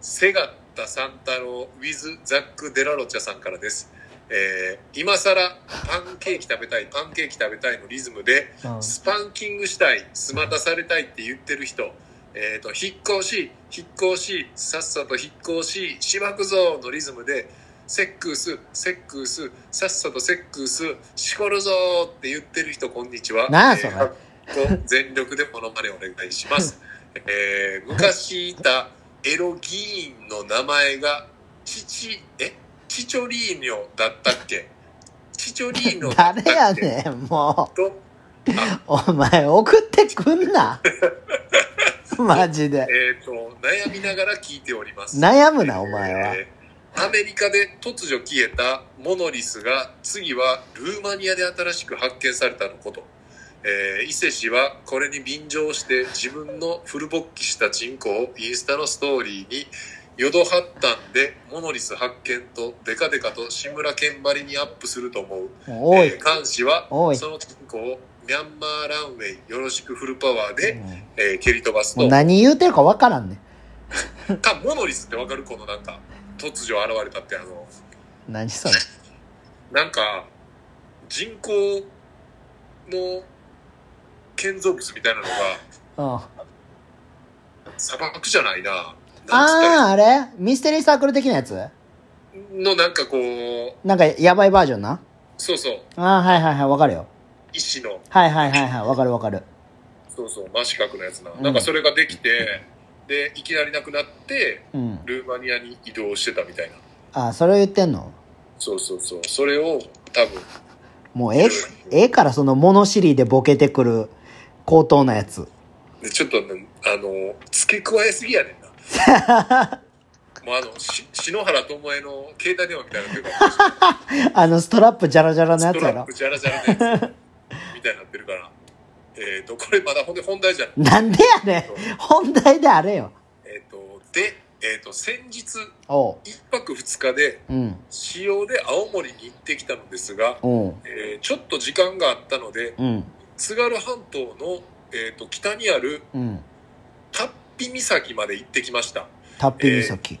セガッタサンタロウィズ・ザック・デラロチャさんからです。えー、今更パンケーキ食べたい、パンケーキ食べたいのリズムで、
うん
スパンキングしたい、スマタされたいって言ってる人、えっ、と、引っ越し、引っ越し、さっさと引っ越し、しばくぞのリズムで、セックス、セックス、さっさとセックス、しこるぞって言ってる人、こんにちは。
なんやそれ
えーかっこ全力でモノマネお願いします。 えー昔いたエロ議員の名前が、チチ、えチチョリーニョだったっ けチチョリーニョだったっけ
誰やねん、も
と
う。お前、送ってくん な。マジで。
えー、と悩みながら聞いております
悩むな、お前は。
えーアメリカで突如消えたモノリスが次はルーマニアで新しく発見されたのこと、えー伊勢氏はこれに便乗して自分のフル勃起したチンコをインスタのストーリーにヨドハッタンでモノリス発見とデカデカと志村けんばりにアップすると思う。
もう多
えー
い。
監視は
おい
その金庫をミャンマーランウェイよろしくフルパワーで、
も
えー蹴り飛ばす
う
と
何言うてるかわからんね。
かモノリスってわかるこのなんか突如現れたってあの
何それ。
なんか人工の建造物みたいなのが
うん。あ
砂漠じゃないななんつ
あー、あれミステリーサークル的なやつ
ったらのなんかこう
なんか、やばいバージョンな。
そうそう
ああ、はいはいはい、わかるよ。
石の
はいはいはいはい、わかるわかる。
そうそう真四角のやつな、
うん
なんかそれができてでいきなりなくなって
うん。
ルーマニアに移動してたみたいな
ああ、それを言ってんの
そうそうそうそれを多分
もうえ、ええからその物知りでボケてくる高等なやつ。
でちょっとね、あの、付け加えすぎやね んな。もうあの、し篠原智恵の携帯電話みたいなのが 出てくる
あの、ストラップジャラジャラのや
ス
つ
ト
やろ
ラップ。ジャラジャラのやつみたいになってるから。えっ、と、これまだほんで本題じゃない。
なんでやねん本題であれよ。
えっ、と、で、えっ、と、先日、
おう。
1泊2日で、
うん。
使用で青森に行ってきたのですが、
おう。
えーちょっと時間があったので、
うん。
津軽半島の、えー、と北にある
うん。
タッピ岬まで行ってきました。
タッピ岬。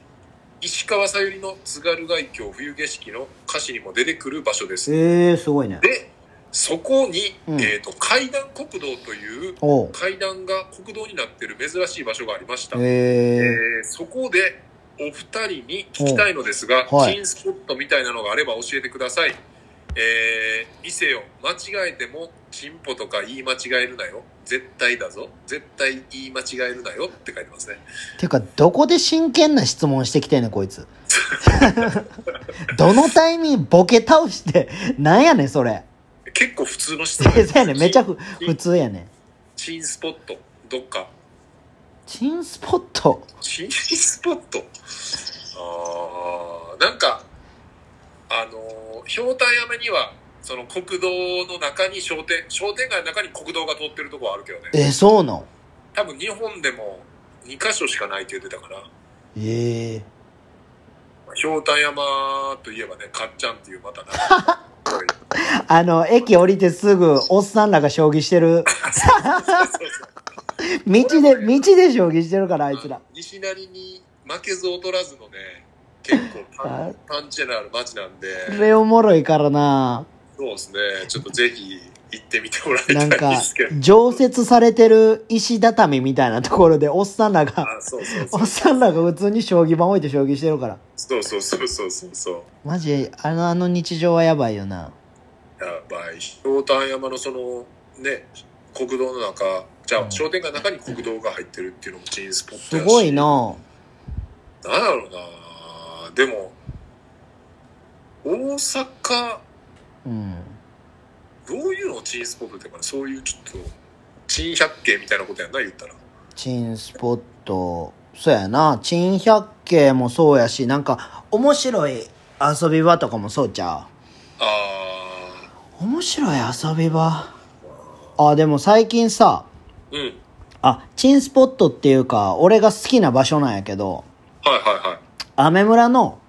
石川さゆりの津軽海峡冬景色の歌詞にも出てくる場所です。
ええー、すごいね。
で、そこに、
うん
えっ、と、階段国道という
おう。
階段が国道になってる珍しい場所がありました。
ええー。
えーそこでお二人に聞きたいのですが、
おはい
新スポットみたいなのがあれば教えてください。えー、店よ、間違えても、チンポとか言い間違えるなよ。絶対だぞ。絶対言い間違えるなよって書いてますね。
ていうか、どこで真剣な質問してきてんねん、こいつ。 どのタイミングボケ倒して、なんやねん、それ。
結構普通の質問
そうやねん、めちゃふ普通やねん。
チンスポット、どっか。
チンスポット。
チンスポットあーなんか、あのー、ひょうたんやめには、その国道の中に商店、商店街の中に国道が通ってるとこはあるけどね。
え、そうなの
多分日本でも2カ所しかないって言ってたから、
ええ
ひょうたん山といえばね、かっちゃんっていうまたな。そう
あの、駅降りてすぐ、おっさんらが将棋してる。
そうそう
道で、道で将棋してる から、あいつら。
西成に負けず劣らずのね、結構パンパンチェのある街なんで、
これおもろいからな
そうですね、ちょっとぜひ行ってみてもらいた
ないん
で
か
すけど。、
常設されてる石畳みたいなところで、おっさんらが、
あそうそうそ
おっ
う
さんらが普通に将棋盤置いて将棋してるから。
そうそうそうそうそうそう
マジ、あの、あの日常はやばいよな。
やばい氷炭山のそのね国道の中じゃ
う
あ
ん
商店街の中に国道が入ってるっていうのもチンスポット
す
やし
ごいな
なんだろうなでも大阪
うん。
どういうのをチンスポットっていうかねそういうちょっと珍百景みたいなことやんな言ったら
チンスポット、そうやな。チン百景もそうやし、なんか、面白い遊び場とかもそうちゃ
あ
う。面白い遊び場。あ、でも最近さ、
ーうん
あ、チンスポットっていうか、俺が好きな場所なんやけど、
はいはいはい
アメ村の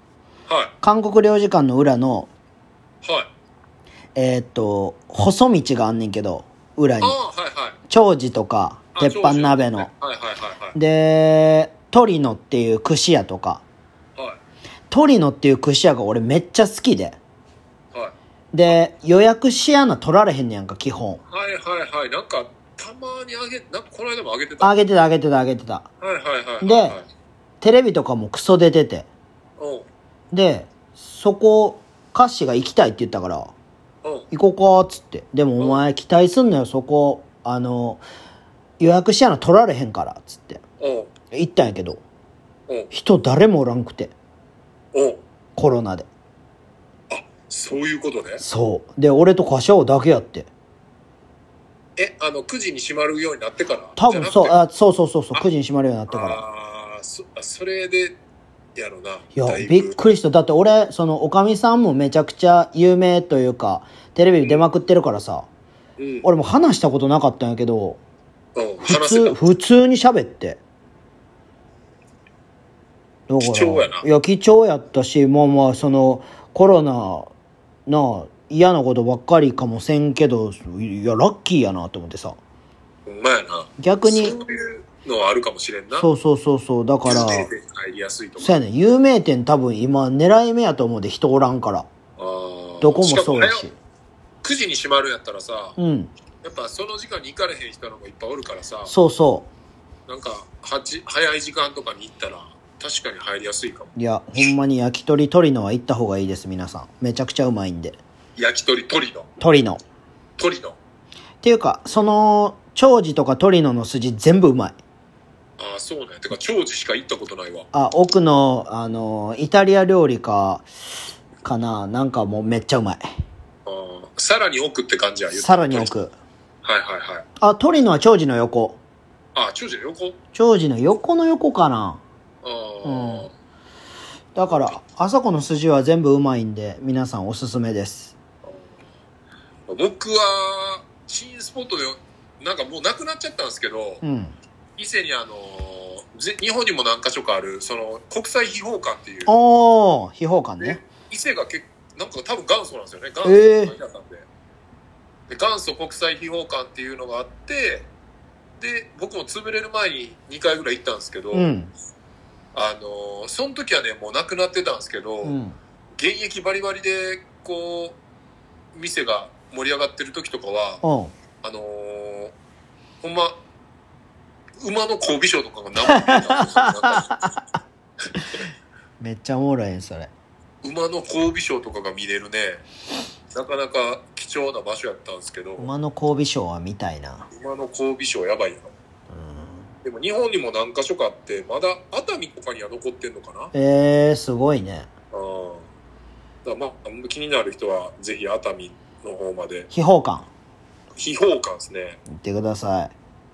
は
韓国領事館の裏の、
いはい
えーっと、細道があんねんけど、裏
あ
に。
あはいはい
長寿とか、
あ
鉄板鍋の
はい。はいはい
で、トリノっていう串屋とか、
はいは
トリノっていう串屋が俺めっちゃ好きで。
いはい
で、予約しやな取られへんねやんか、基本。
はいはいはい。なんか、たまにあげ、なんかこの間もあげてた。
あ
はい
げてた、あげてた、あげてた。
はいはいはい。
で
はい
テレビとかもクソ出てて。
うん。
で、そこ、カッシーが行きたいって言ったから、
うん。
行こうか、つって。でもお前期待すんなよ、そこ。あの、予約しやな取られへんから、つって。
うん。
行ったんやけど、
うん。
人誰もおらんくて、
うん。
コロナで。
そういうことね。
そう。で、俺とカシャオだけやって。
え、あの、9時に閉まるようになってから
多分そう、
じゃなくて
あ、そうそうそうそう、9時に閉まるようになってから。
あーそ、あそれで、やろな。
いや
だ、ぶ
びっくりした。だって俺、その、おかみさんもめちゃくちゃ有名というか、テレビ出まくってるからさ、
うん。
俺も話したことなかったんやけど、
うん。
普
話せ
通、
た。
普通に喋って。だかだから
貴重やない
や貴重やったしもうまあそのコロナなあ嫌なことばっかりかもせんけどいやラッキーやなと思ってさ
ほんまやな。
逆に
そういうのはあるかもしれんな。
そうそうそうそうだから
有名店入りやすいと
そうやね有名店多分今狙い目やと思うで人おらんから
か。
どこもそうや
か
し
もあれ9時に閉まるんやったらさ、
うん
やっぱその時間に行かれへん人のもいっぱいおるからさ、
そうそ
なんか8早い時間とかに行ったら、確かに入りやすいかも。
ういやほんまに焼き鳥トリノは行った方がいいです皆さんめちゃくちゃうまいんで
焼き鳥、鳥の、
トリノっ
鳥の。
ていうかその長寿とかトリノの筋全部うまい
ああ、そうね。てか、長寿しか行ったことないわ。
あ奥のあのイタリア料理かかななんかもうめっちゃうまい
あーさらに奥って感じや。言う
さらに。奥
はいはいはい。
あトリノは長寿の横
ああ、長寿の横
長寿の横の横かな
ああ、
うんだからあそこの筋は全部うまいんで皆さんおすすめです
僕は、新スポットで、なんかもうなくなっちゃったんですけど、
うん
伊勢にあのーぜ日本にも何か所かある、その、国際秘宝館っていう、
おお秘宝館ね
ね、伊勢が結なんか多分元祖なんですよね。元祖
えー
の皆さんで。で元祖国際秘宝館っていうのがあって、で、僕も潰れる前に2回ぐらい行ったんですけど、
うん
あのーその時はね、もうなくなってたんですけど、
うん
現役バリバリで、こう、店が盛り上がってる時とかは、
うん
あのーほんま、馬の交尾賞とかが生で見たんですよなんか
めっちゃおもろいねそれ
馬の交尾賞とかが見れるね、なかなか貴重な場所やったんですけど、
馬の交尾ショーは見たいな
馬の交尾賞やばいよ。
うん
でも日本にも何か所かあって、まだ熱海とかには残ってんのかな
えー、すごいね
うん。だからまあ、気になる人はぜひ熱海の方まで、
秘宝館
秘宝館ですね。
行ってくださ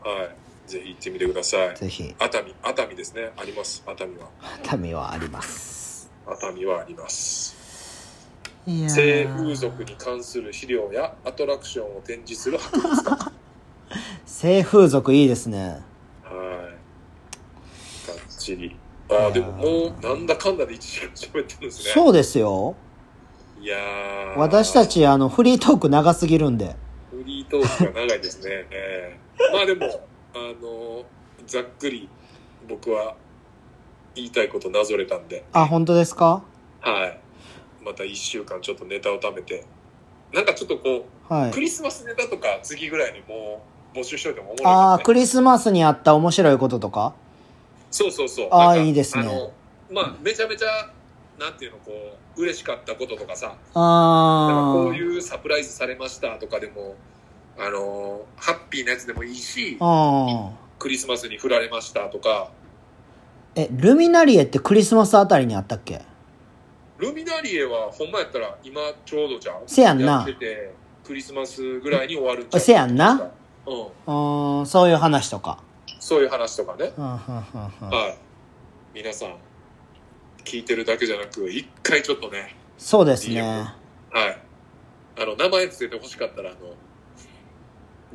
はい。ぜひ行ってみてください
い。ぜひ
熱海、熱海ですね。あります。熱海は。
熱海はあります
熱海はあります。
いやー
性風俗に関する資料やアトラクションを展示する博物館。
性風俗いいですね
はい。がっちり。ああ、でももうなんだかんだで1時間喋ってるんですね。
そうですよ
いやー
私た。ちあのフリートーク長すぎるんで
フリートークが長いですね。 ええまあでも、あのーざっくり僕は言いたいことなぞれたんで、
あ本当ですか
はい。また1週間ちょっとネタを貯めて、なんかちょっとこ
は
う、ク
い
リスマスネタとか次ぐらいにもう募集しといてもおもろいか
あ
も
あ
ね
クリスマスにあった面白いこととか
そうそうそう。
あー
なんか
いいですね
あの、まあ、めちゃめちゃ、なんていうの、こう、嬉しかったこととかさ、なんか
あ
こ
ー
ういうサプライズされましたとかでも、あの、ハッピーなやつでもいいし、
あー
クリスマスに振られましたとか、
えルミナリエってクリスマスあたりにあったっけ
ルミナリエはほんまやったら今ちょうどじゃん。
せやんな
ってて、クリスマスぐらいに終わるんちゃう
せやんな。
うん。
うーんそういう話とか
そういう話とかね。
うんうんうんうん
はい。皆さん、聞いてるだけじゃなく、一回ちょっとね、
そうですね
はい。あの、名前つけて欲しかったら、あの、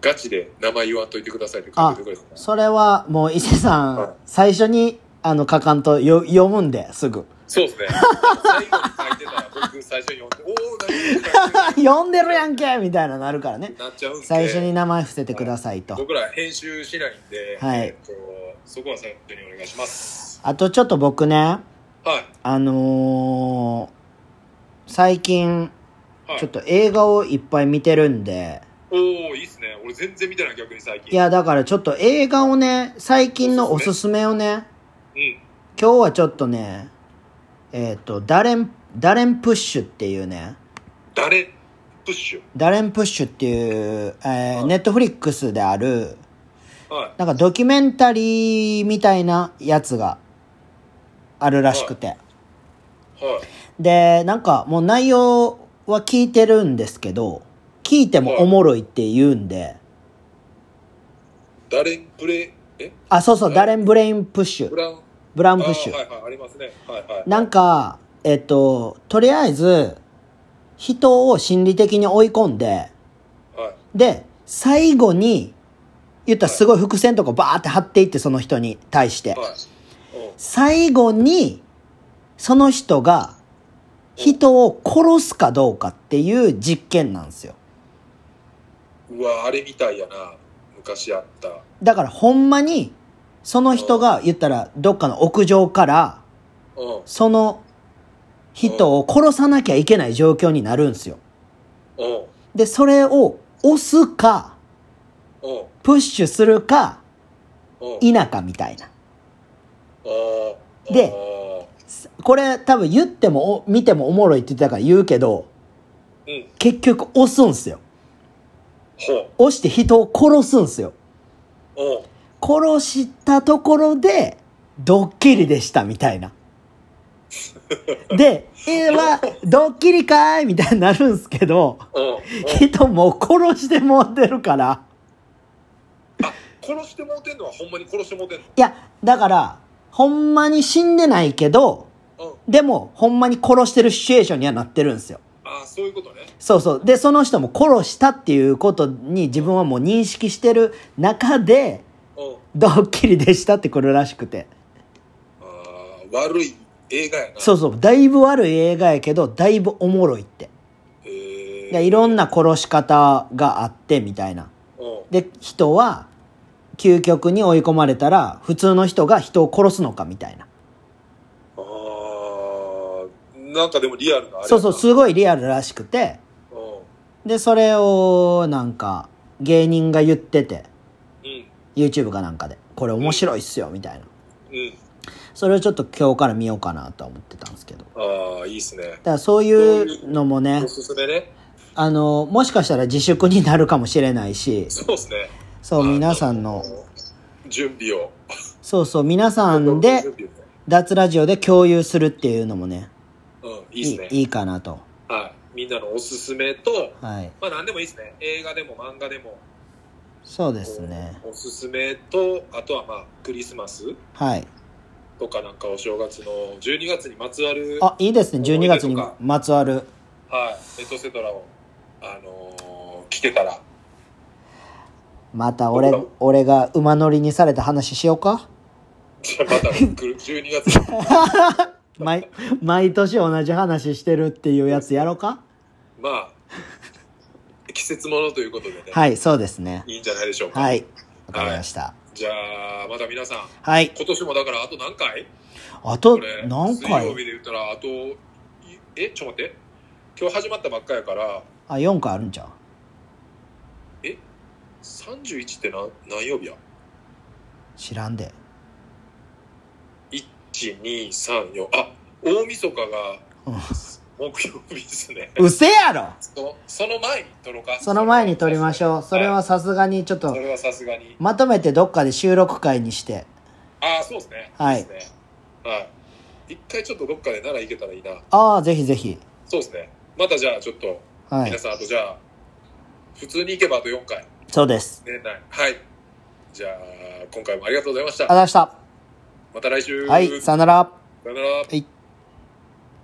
ガチで名前言わんといてくださいって書いてくれた
それはもう伊勢さ
はい
ん最初にあの書かんとよ読むんですぐ
そうですね。最後に書いてたら、僕最初に読んで、おー、何書いてる
読んでるやんけみたいななるからね
なっちゃうんで、
最初に名前伏せてくださいと
僕ら編集しないんで、
はい
えっと、そこは最初にお願いします。
あとちょっと僕ね、
はい。
あのー最近、
はい、
ちょっと映画をいっぱい見てるんで、
おー、いいっすね。俺全然見てない、逆に最近。
いや、だからちょっと映画をね、最近のおすすめをね、
うん。
今日はちょっとね、えっ、と、ダレン、ダレンプッシュっていうね、
誰プッシ
ダレンプッシュっていう、えーネットフリックスである、
ュ。はい。
なんかドキュメンタリーみたいなやつがあるらしくて。
はい。
でなんかもう内容は聞いてるんですけど聞いてもおもろいって言うんで、
誰ブレ、え
あそうそう
え
ダレン・ブレイン・プッシ
ブ
ュ
ラウン。
ブラウン・プッシ
あ
ュ
ーはいはい、ありますね。はいはい。
なんかえっととりあえず人を心理的に追い込んで
はい。
で最後に言ったら
はい
すごい伏線とかバーって張っていってその人に対して
はい。うん
最後にその人が人を殺すかどうかっていう実験なんですよ。
うわ、あれみたいやな。昔あった。
だからほんまに、その人が言ったらどっかの屋上から、
うん。
その人を殺さなきゃいけない状況になるんですよ。
うん。
で、それを押すか、
うん。
プッシュするか、
うん。
否かみたいな。
あー
で、これ多分言ってもお見てもおもろいって言ってたから言うけど、
あーうん。
結局押すんすよ。
ほ
押して人を殺すんすよ。
う。うん。
殺したところで、ドッキリでしたみたいな。で、えー、は、ドッキリかーいみたいになるんすけど、
うん。うん
人もう殺してもってるから。
あ、殺してもうてんのはほんまに殺してもうてんの
いや、だから、ほんまに死んでないけど、
うん。
でも、ほんまに殺してるシチュエーションにはなってるんですよ。
ああ、そういうことね。
そうそう。で、その人も殺したっていうことに自分はもう認識してる中で、
うん。
ドッキリでしたって来るらしくて。
あー悪い映画やな。
そうそう。だいぶ悪い映画やけど、だいぶおもろいって。
へー
でいろんな殺し方があって、みたいな。
うん。
で、人は、究極に追い込まれたら、普通の人が人を殺すのか、みたいな。
あーなんかでもリアルなあれやな
そうそう、すごいリアルらしくて。
う
で、それを、なんか、芸人が言ってて、
ん。うん。
YouTube かなんかで、これ面白いっすよ、みたいな。
うん。
それをちょっと今日から見ようかなとは思ってたんですけど。だ
ああ、いいっすね。
からそういうのもね
お、すすめね。
あの、もしかしたら自粛になるかもしれないし、
そうっすね。
そう、皆さんの、
準備を。
そうそう、皆さんで、
準備をね
脱ラジオで共有するっていうのもね、
うん、いい
いい
っすね。
いいかなと。
はい。みんなのおすすめと、
はい。
まあ何でもいいっすね。映画でも漫画でも。
そうですね。
おすすめと、あとはまあ、クリスマス
はい。
とかなんかお正月の12月にまつわる、は
あ、いいですね。12月にまつわる。
い、エトセトラを、あのー聞けたら。
また俺、俺が馬乗りにされた話しようか
じゃあまた来る12月 に。
毎、毎年同じ話してるっていうやつやろうか
まあ、季節ものということでね、
はい、そうですね。
い、いんじゃないでしょうか。
はい。わかりました。
じゃあ、また皆さん、
はい。
今年もだからあと何回
あと
これ、、
何
水曜日
回
で言ったら、あと、いえ、ちょっと待って。今日始まったばっかやから、
あ、4回あるんじゃん。
31って何何曜日や
知らんで。
?1、2、3、4。あ、大晦日が
うん
木曜日ですね。
うせやろ
そのその前に撮ろうか。
その前に撮りましょう。それはさすがにちょっ
そ
と
れ、はさすがに。
まとめてどっかで収録会にして。
ああ、そうですね。
はい
そうっすねはい。一回ちょっとどっかで奈良行けたらいいな。
ああ、ぜひぜひ。
そうですね。またじゃあちょっと、
は
皆
い。
さんあとじゃあ、普通に行けばあと4回。
そうです。
年内。はい。じゃあ、今回もありがとうございまし
あり
た。
がとうございま
また来週。
した。はい、さよなら。
さよなら。
はい。